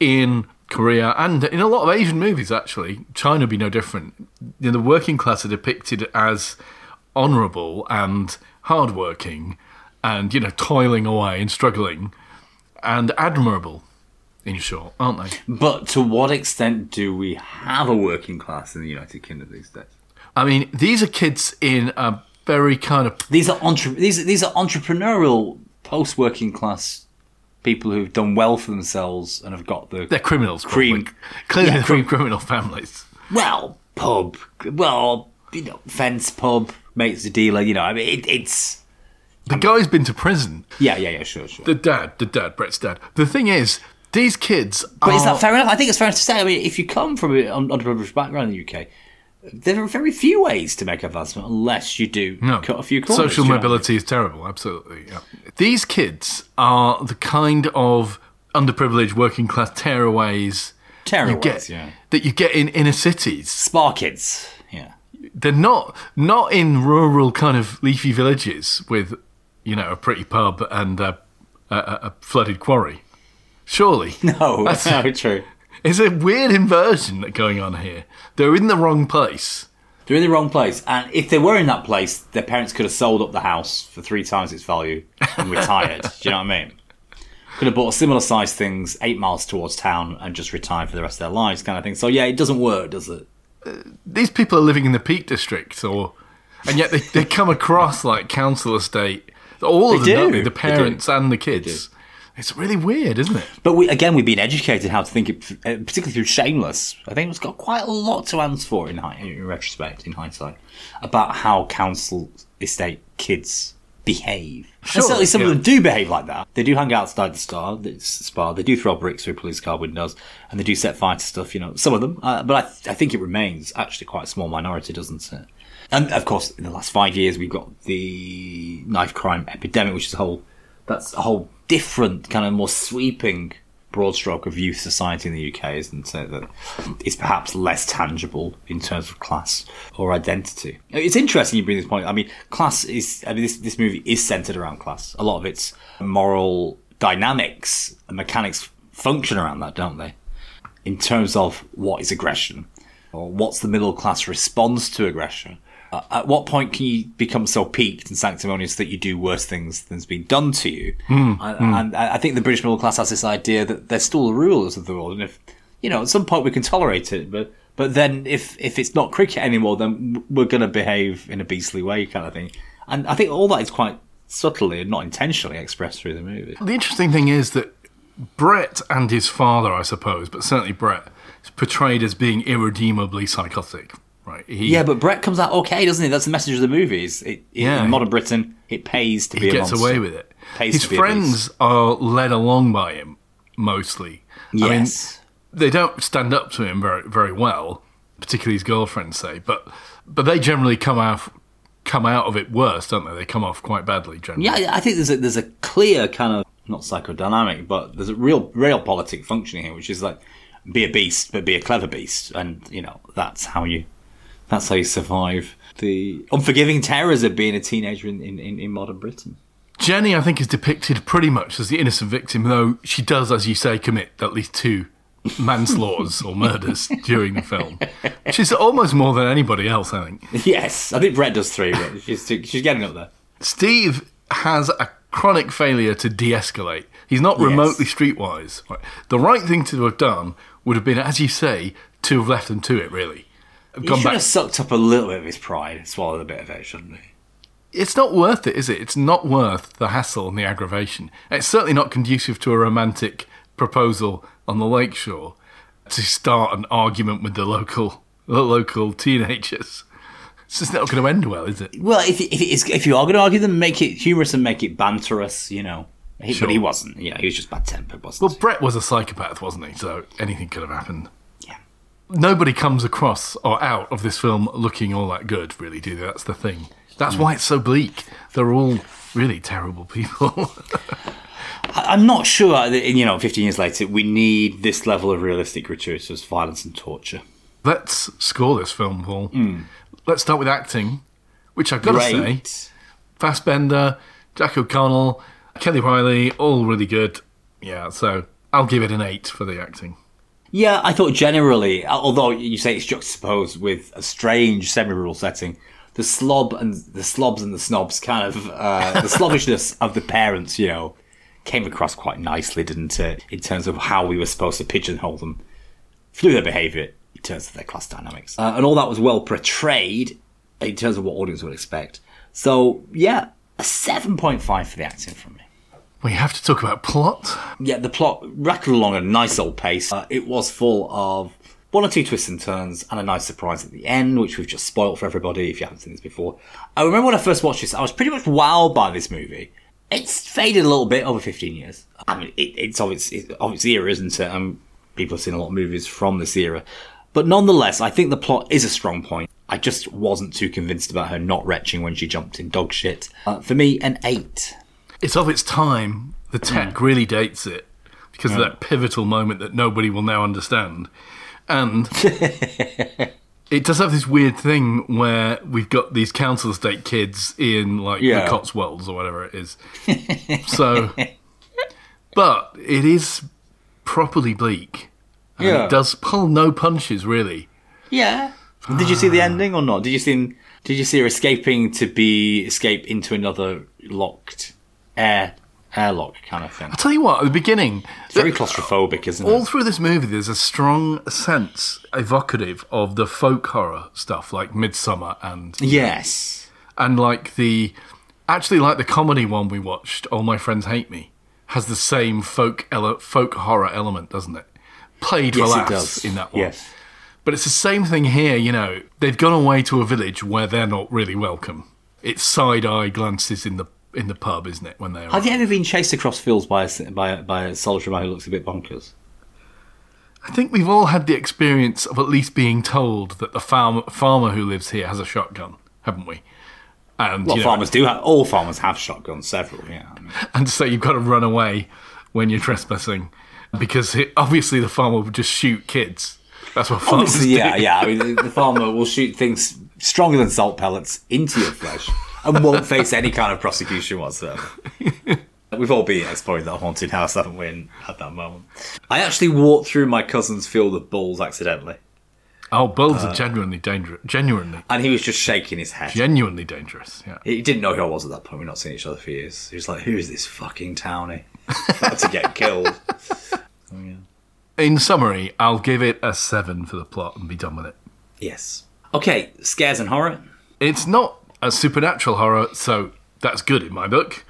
Speaker 2: in Korea and in a lot of Asian movies, actually, China would be no different. You know, the working class are depicted as honourable and hardworking and, you know, toiling away and struggling and admirable, in short, aren't they?
Speaker 3: yeah. But to what extent do we have a working class in the United Kingdom these days?
Speaker 2: I mean, these are kids in a very kind of
Speaker 3: These are entre- these are- these are entrepreneurial post working class people who've done well for themselves and have got the
Speaker 2: they're criminals.
Speaker 3: Cream.
Speaker 2: probably. clearly they're from criminal families.
Speaker 3: well pub, well you know fence pub mates the dealer. You know, I mean it, it's
Speaker 2: The guy's been to prison.
Speaker 3: yeah yeah yeah sure sure.
Speaker 2: The dad, the dad, Brett's dad. The thing is, these kids.
Speaker 3: But
Speaker 2: are,
Speaker 3: is that fair enough? I think it's fair enough to say. I mean, if you come from an un- underprivileged background in the UK, there are very few ways to make advancement unless you do
Speaker 2: No.
Speaker 3: cut a few corners.
Speaker 2: Social
Speaker 3: do you know?
Speaker 2: mobility is terrible. Absolutely. Yeah. These kids are the kind of underprivileged working class tearaways
Speaker 3: Terrible.
Speaker 2: you get
Speaker 3: ways, yeah.
Speaker 2: that you get in inner cities.
Speaker 3: Spa kids. Yeah.
Speaker 2: They're not not in rural kind of leafy villages with, you know, a pretty pub and a, a, a flooded quarry. Surely.
Speaker 3: No,
Speaker 2: That's-
Speaker 3: that's no, true.
Speaker 2: It's a weird inversion that going on here. They're in the wrong place.
Speaker 3: They're in the wrong place. And if they were in that place, their parents could have sold up the house for three times its value and retired. do you know what I mean? Could have bought similar sized things eight miles towards town and just retired for the rest of their lives, kind of thing. So, yeah, it doesn't work, does it?
Speaker 2: These people are living in the Peak District, or and yet they, they come across like council estate. All of
Speaker 3: They
Speaker 2: them, don't
Speaker 3: do.
Speaker 2: they? the
Speaker 3: They do.
Speaker 2: parents and the kids. It's really weird, isn't it?
Speaker 3: But we, again, we've been educated how to think, it, uh, particularly through Shameless. I think it's got quite a lot to answer for in, hi- in retrospect, in hindsight, about how council estate kids behave.
Speaker 2: Sure,
Speaker 3: and certainly some
Speaker 2: yeah.
Speaker 3: of them do behave like that. They do hang out outside the star, the spa. They do throw bricks through police car windows, and they do set fire to stuff. You know, some of them. Uh, but I, th- I think it remains actually quite a small minority, doesn't it? And of course, in the last five years, we've got the knife crime epidemic, which is a whole that's a whole different kind of more sweeping broad stroke of youth society in the UK, isn't it? That is perhaps less tangible in terms of class or identity. It's interesting you bring this point. I mean, class is. I mean, this this movie is centered around class. A lot of its moral dynamics and mechanics function around that, don't they? in terms of what is aggression or what's the middle class response to aggression at what point can you become so peaked and sanctimonious that you do worse things than's been done to you?
Speaker 2: Hmm,
Speaker 3: and, and I I think the British middle class has this idea that they're still the rulers of the world, and if you know, at some point we can tolerate it, but but then if if it's not cricket anymore, then we're going to behave in a beastly way, kind of thing. And I think all that is quite subtly and not intentionally expressed through the movie.
Speaker 2: The interesting thing is that Brett and his father, I suppose, but certainly Brett, is portrayed as being irredeemably psychotic, right? He,
Speaker 3: Yeah, but Brett comes out okay, doesn't he? That's the message of the movies. It,
Speaker 2: Yeah.
Speaker 3: in modern Britain, it pays to be
Speaker 2: he
Speaker 3: a
Speaker 2: gets
Speaker 3: monster.
Speaker 2: away with it.
Speaker 3: Pays
Speaker 2: his
Speaker 3: to be a
Speaker 2: friends are led along by him mostly. I mean,
Speaker 3: Yes.
Speaker 2: they don't stand up to him very very well, particularly his girlfriend, say. But but they generally come out come out of it worse, don't they? They come off quite badly generally.
Speaker 3: Yeah, I- I think there's a, there's a clear kind of not psychodynamic, but there's a real real politic functioning here, which is like be a beast, but be a clever beast, and you know that's how you that's how you survive the unforgiving terrors of being a teenager in, in, in, in modern Britain.
Speaker 2: Jenny, I think, is depicted pretty much as the innocent victim, though she does, as you say, commit at least two manslaughters or murders during the film, which is almost more than anybody else, I think.
Speaker 3: Yes, I think Brett does three, but she's too, she's getting up there.
Speaker 2: Steve has a chronic failure to de escalate. He's not remotely streetwise. Right. The right thing to have done would have been, as you say, to have left them to it, really. Have
Speaker 3: He
Speaker 2: gone
Speaker 3: should
Speaker 2: back.
Speaker 3: have sucked up a little bit of his pride, swallowed a bit of it, shouldn't he?
Speaker 2: It's not worth it, is it? It's not worth the hassle and the aggravation. It's certainly not conducive to a romantic proposal on the lakeshore to start an argument with the local the local teenagers. It's just not going to end well, is it?
Speaker 3: Well, if if, it's, if you are going to argue them, make it humorous and make it banterous, you know. He,
Speaker 2: Sure.
Speaker 3: But he wasn't. Yeah, he was just bad tempered, wasn't
Speaker 2: Well, Brett was a psychopath, wasn't he? So anything could have happened.
Speaker 3: he? Yeah.
Speaker 2: Nobody comes across or out of this film looking all that good, really, do they? That's the thing. That's why it's so bleak. They're all really terrible people.
Speaker 3: I'm not sure that, you know, 15 years later, we need this level of realistic gratuitous violence and torture.
Speaker 2: Let's score this film, Paul. Let's start with acting, which I've got to say,
Speaker 3: Great.
Speaker 2: Fassbender, Jack O'Connell, Kelly Riley, all really good. Yeah, so I'll give it an eight for the acting.
Speaker 3: Yeah, I thought generally, uh, although you say it's juxtaposed with a strange semi-rural setting, the slob and the slobs and the snobs kind of, uh, the slobbishness of the parents, you know, came across quite nicely, didn't it? In terms of how we were supposed to pigeonhole them through their behaviour in terms of their class dynamics. Uh, and all that was well portrayed in terms of what audience would expect. So, yeah, a 7.5 for the acting from me.
Speaker 2: We have to talk about plot.
Speaker 3: Yeah, the plot rattled along at a nice old pace. Uh, it was full of one or two twists and turns and a nice surprise at the end, which we've just spoiled for everybody if you haven't seen this before. I remember when I first watched this, I was pretty much wowed by this movie. It's faded a little bit over 15 years. I mean, it, it's, of its, it's of its era, isn't it? Um, people have seen a lot of movies from this era. But nonetheless, I think the plot is a strong point. I just wasn't too convinced about her not retching when she jumped in dog shit. Uh, for me, an 8.
Speaker 2: It's of its time. The tech
Speaker 3: Mm.
Speaker 2: really dates it because of that pivotal moment that nobody will now understand. And it does have this weird thing where we've got these council estate kids in like
Speaker 3: Yeah.
Speaker 2: the Cotswolds or whatever it is. so, but it is properly bleak. And
Speaker 3: Yeah.
Speaker 2: It does pull no punches really.
Speaker 3: Yeah. Did you see
Speaker 2: Ah.
Speaker 3: the ending or not? Did you see Did you see her escaping to be escape into another locked air airlock kind of thing?
Speaker 2: I'll tell you what, at the beginning,
Speaker 3: Very claustrophobic, isn't
Speaker 2: All
Speaker 3: it?
Speaker 2: through this movie, there's a strong sense evocative of the folk horror stuff, like Midsummer and
Speaker 3: Yes.
Speaker 2: and like the actually like the comedy one we watched. All my friends hate me has the same folk ele- folk horror element, doesn't it? Played for
Speaker 3: Yes, it
Speaker 2: laughs
Speaker 3: does.
Speaker 2: in that one.
Speaker 3: Yes.
Speaker 2: But it's the same thing here. You know, they've gone away to a village where they're not really welcome. It's side eye glances in the in the pub, isn't it? When they
Speaker 3: Have you ever been chased across fields by a, s- by a, by a solitary man who looks a bit bonkers?
Speaker 2: I think we've all had the experience of at least being told that the farm, farmer who lives here has a shotgun, haven't we? And,
Speaker 3: Well,
Speaker 2: you know,
Speaker 3: farmers do have. All farmers have shotguns, several. Yeah. I mean,
Speaker 2: and so you've got to run away when you're trespassing because it, obviously the farmer would just shoot kids. That's what farmers
Speaker 3: obviously,
Speaker 2: do.
Speaker 3: yeah, yeah. I mean, the, the farmer will shoot things stronger than salt pellets into your flesh and won't face any kind of prosecution whatsoever. We've all been exploring that haunted house, haven't we? And had that moment. I actually walked through my cousin's field of balls accidentally.
Speaker 2: Oh, bulbs
Speaker 3: Uh,
Speaker 2: are genuinely dangerous. Genuinely,
Speaker 3: And he was just shaking his head.
Speaker 2: genuinely dangerous. Yeah.
Speaker 3: He didn't know who I was at that point. We'd not seen each other for years. He was like, "Who is this fucking townie?" About to get killed.
Speaker 2: In summary, I'll give it a seven for the plot and be done with it.
Speaker 3: Yes. Okay, scares and horror.
Speaker 2: It's not a supernatural horror, so that's good in my book.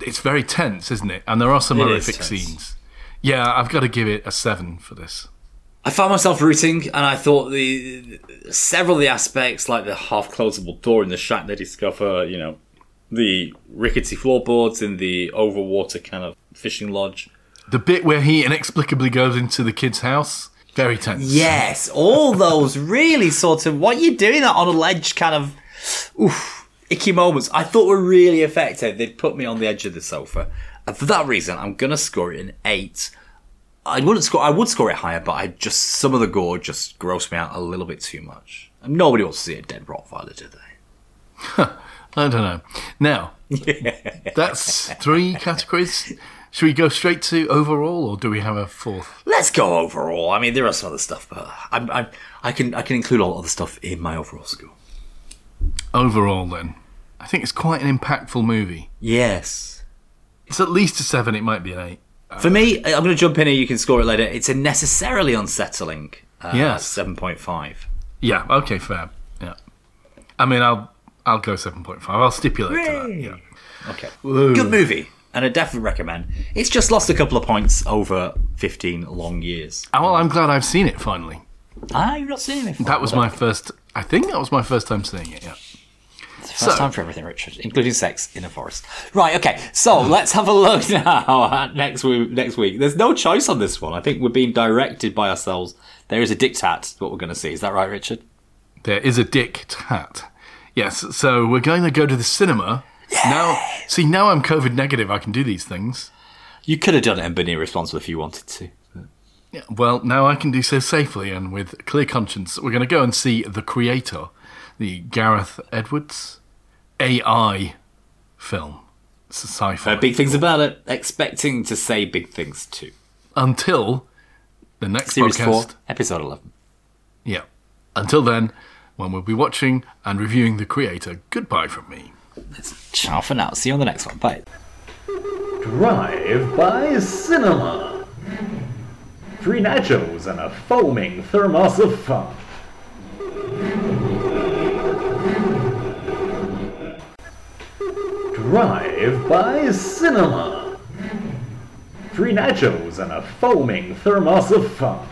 Speaker 2: It's very tense, isn't it? And there are some
Speaker 3: Mm-hmm. It is
Speaker 2: horrific
Speaker 3: tense.
Speaker 2: scenes. Yeah, I've got to give it a seven for this.
Speaker 3: I found myself rooting, and I thought the several of the aspects, like the half-closable door in the shack they discover, you know, the rickety floorboards in the overwater kind of fishing lodge.
Speaker 2: The bit where he inexplicably goes into the kid's house, very tense.
Speaker 3: Yes, all those really sort of what you're doing that on a ledge kind of oof, icky moments. I thought were really effective. They'd put me on the edge of the sofa, and for that reason, I'm gonna score it an eight. I wouldn't score. I would score it higher, but I just some of the gore just grossed me out a little bit too much. And nobody wants to see a dead Rottweiler, do they?
Speaker 2: I don't know. Now, that's three categories. Should we go straight to overall, or do we have a fourth?
Speaker 3: Let's go overall. I mean, there are some other stuff, but I'm, I'm, I can I can include all other stuff in my overall score.
Speaker 2: Overall, then, I think it's quite an impactful movie.
Speaker 3: Yes.
Speaker 2: It's at least a seven. It might be an eight.
Speaker 3: For me, I- I'm going to jump in here. You can score it later. It's a necessarily unsettling. Uh,
Speaker 2: Yes.
Speaker 3: seven point five.
Speaker 2: Yeah. Okay. Fair. Yeah. I mean, I'll I'll go seven point five. I'll stipulate to that. Yeah.
Speaker 3: Okay, good movie, and I definitely recommend. It's just lost a couple of points over fifteen long years.
Speaker 2: Oh, Well, I'm glad I've seen it finally.
Speaker 3: Ah, you've not seen it. Before.
Speaker 2: That was my first. I think that was my first time seeing it. Yeah.
Speaker 3: first time for everything, Richard, including sex in a forest. Right. Okay, so let's have a look now at next week. Next week, there's no choice on this one. I think we're being directed by ourselves. There is a diktat. What we're going to see is that right, Richard?
Speaker 2: There is a dick tat. Yes. So we're going to go to the cinema. Now, see, now I'm COVID negative. I can do these things.
Speaker 3: You could have done it and been irresponsible if you wanted to.
Speaker 2: Yeah, well, now I can do so safely and with a clear conscience. We're going to go and see The Creator, the Gareth Edwards AI film. It's a sci fi.
Speaker 3: Heard Uh, big things about it. Expecting to say big things too.
Speaker 2: Until the next
Speaker 3: Series
Speaker 2: podcast.
Speaker 3: 4, Episode 11.
Speaker 2: Yeah. Until then, when we'll be watching and reviewing The Creator, goodbye from me.
Speaker 3: Ciao for now. See you on the next one. Bye.
Speaker 1: Drive by cinema. Three nachos and a foaming thermos of fun. Drive by cinema. Three nachos and a foaming thermos of fun.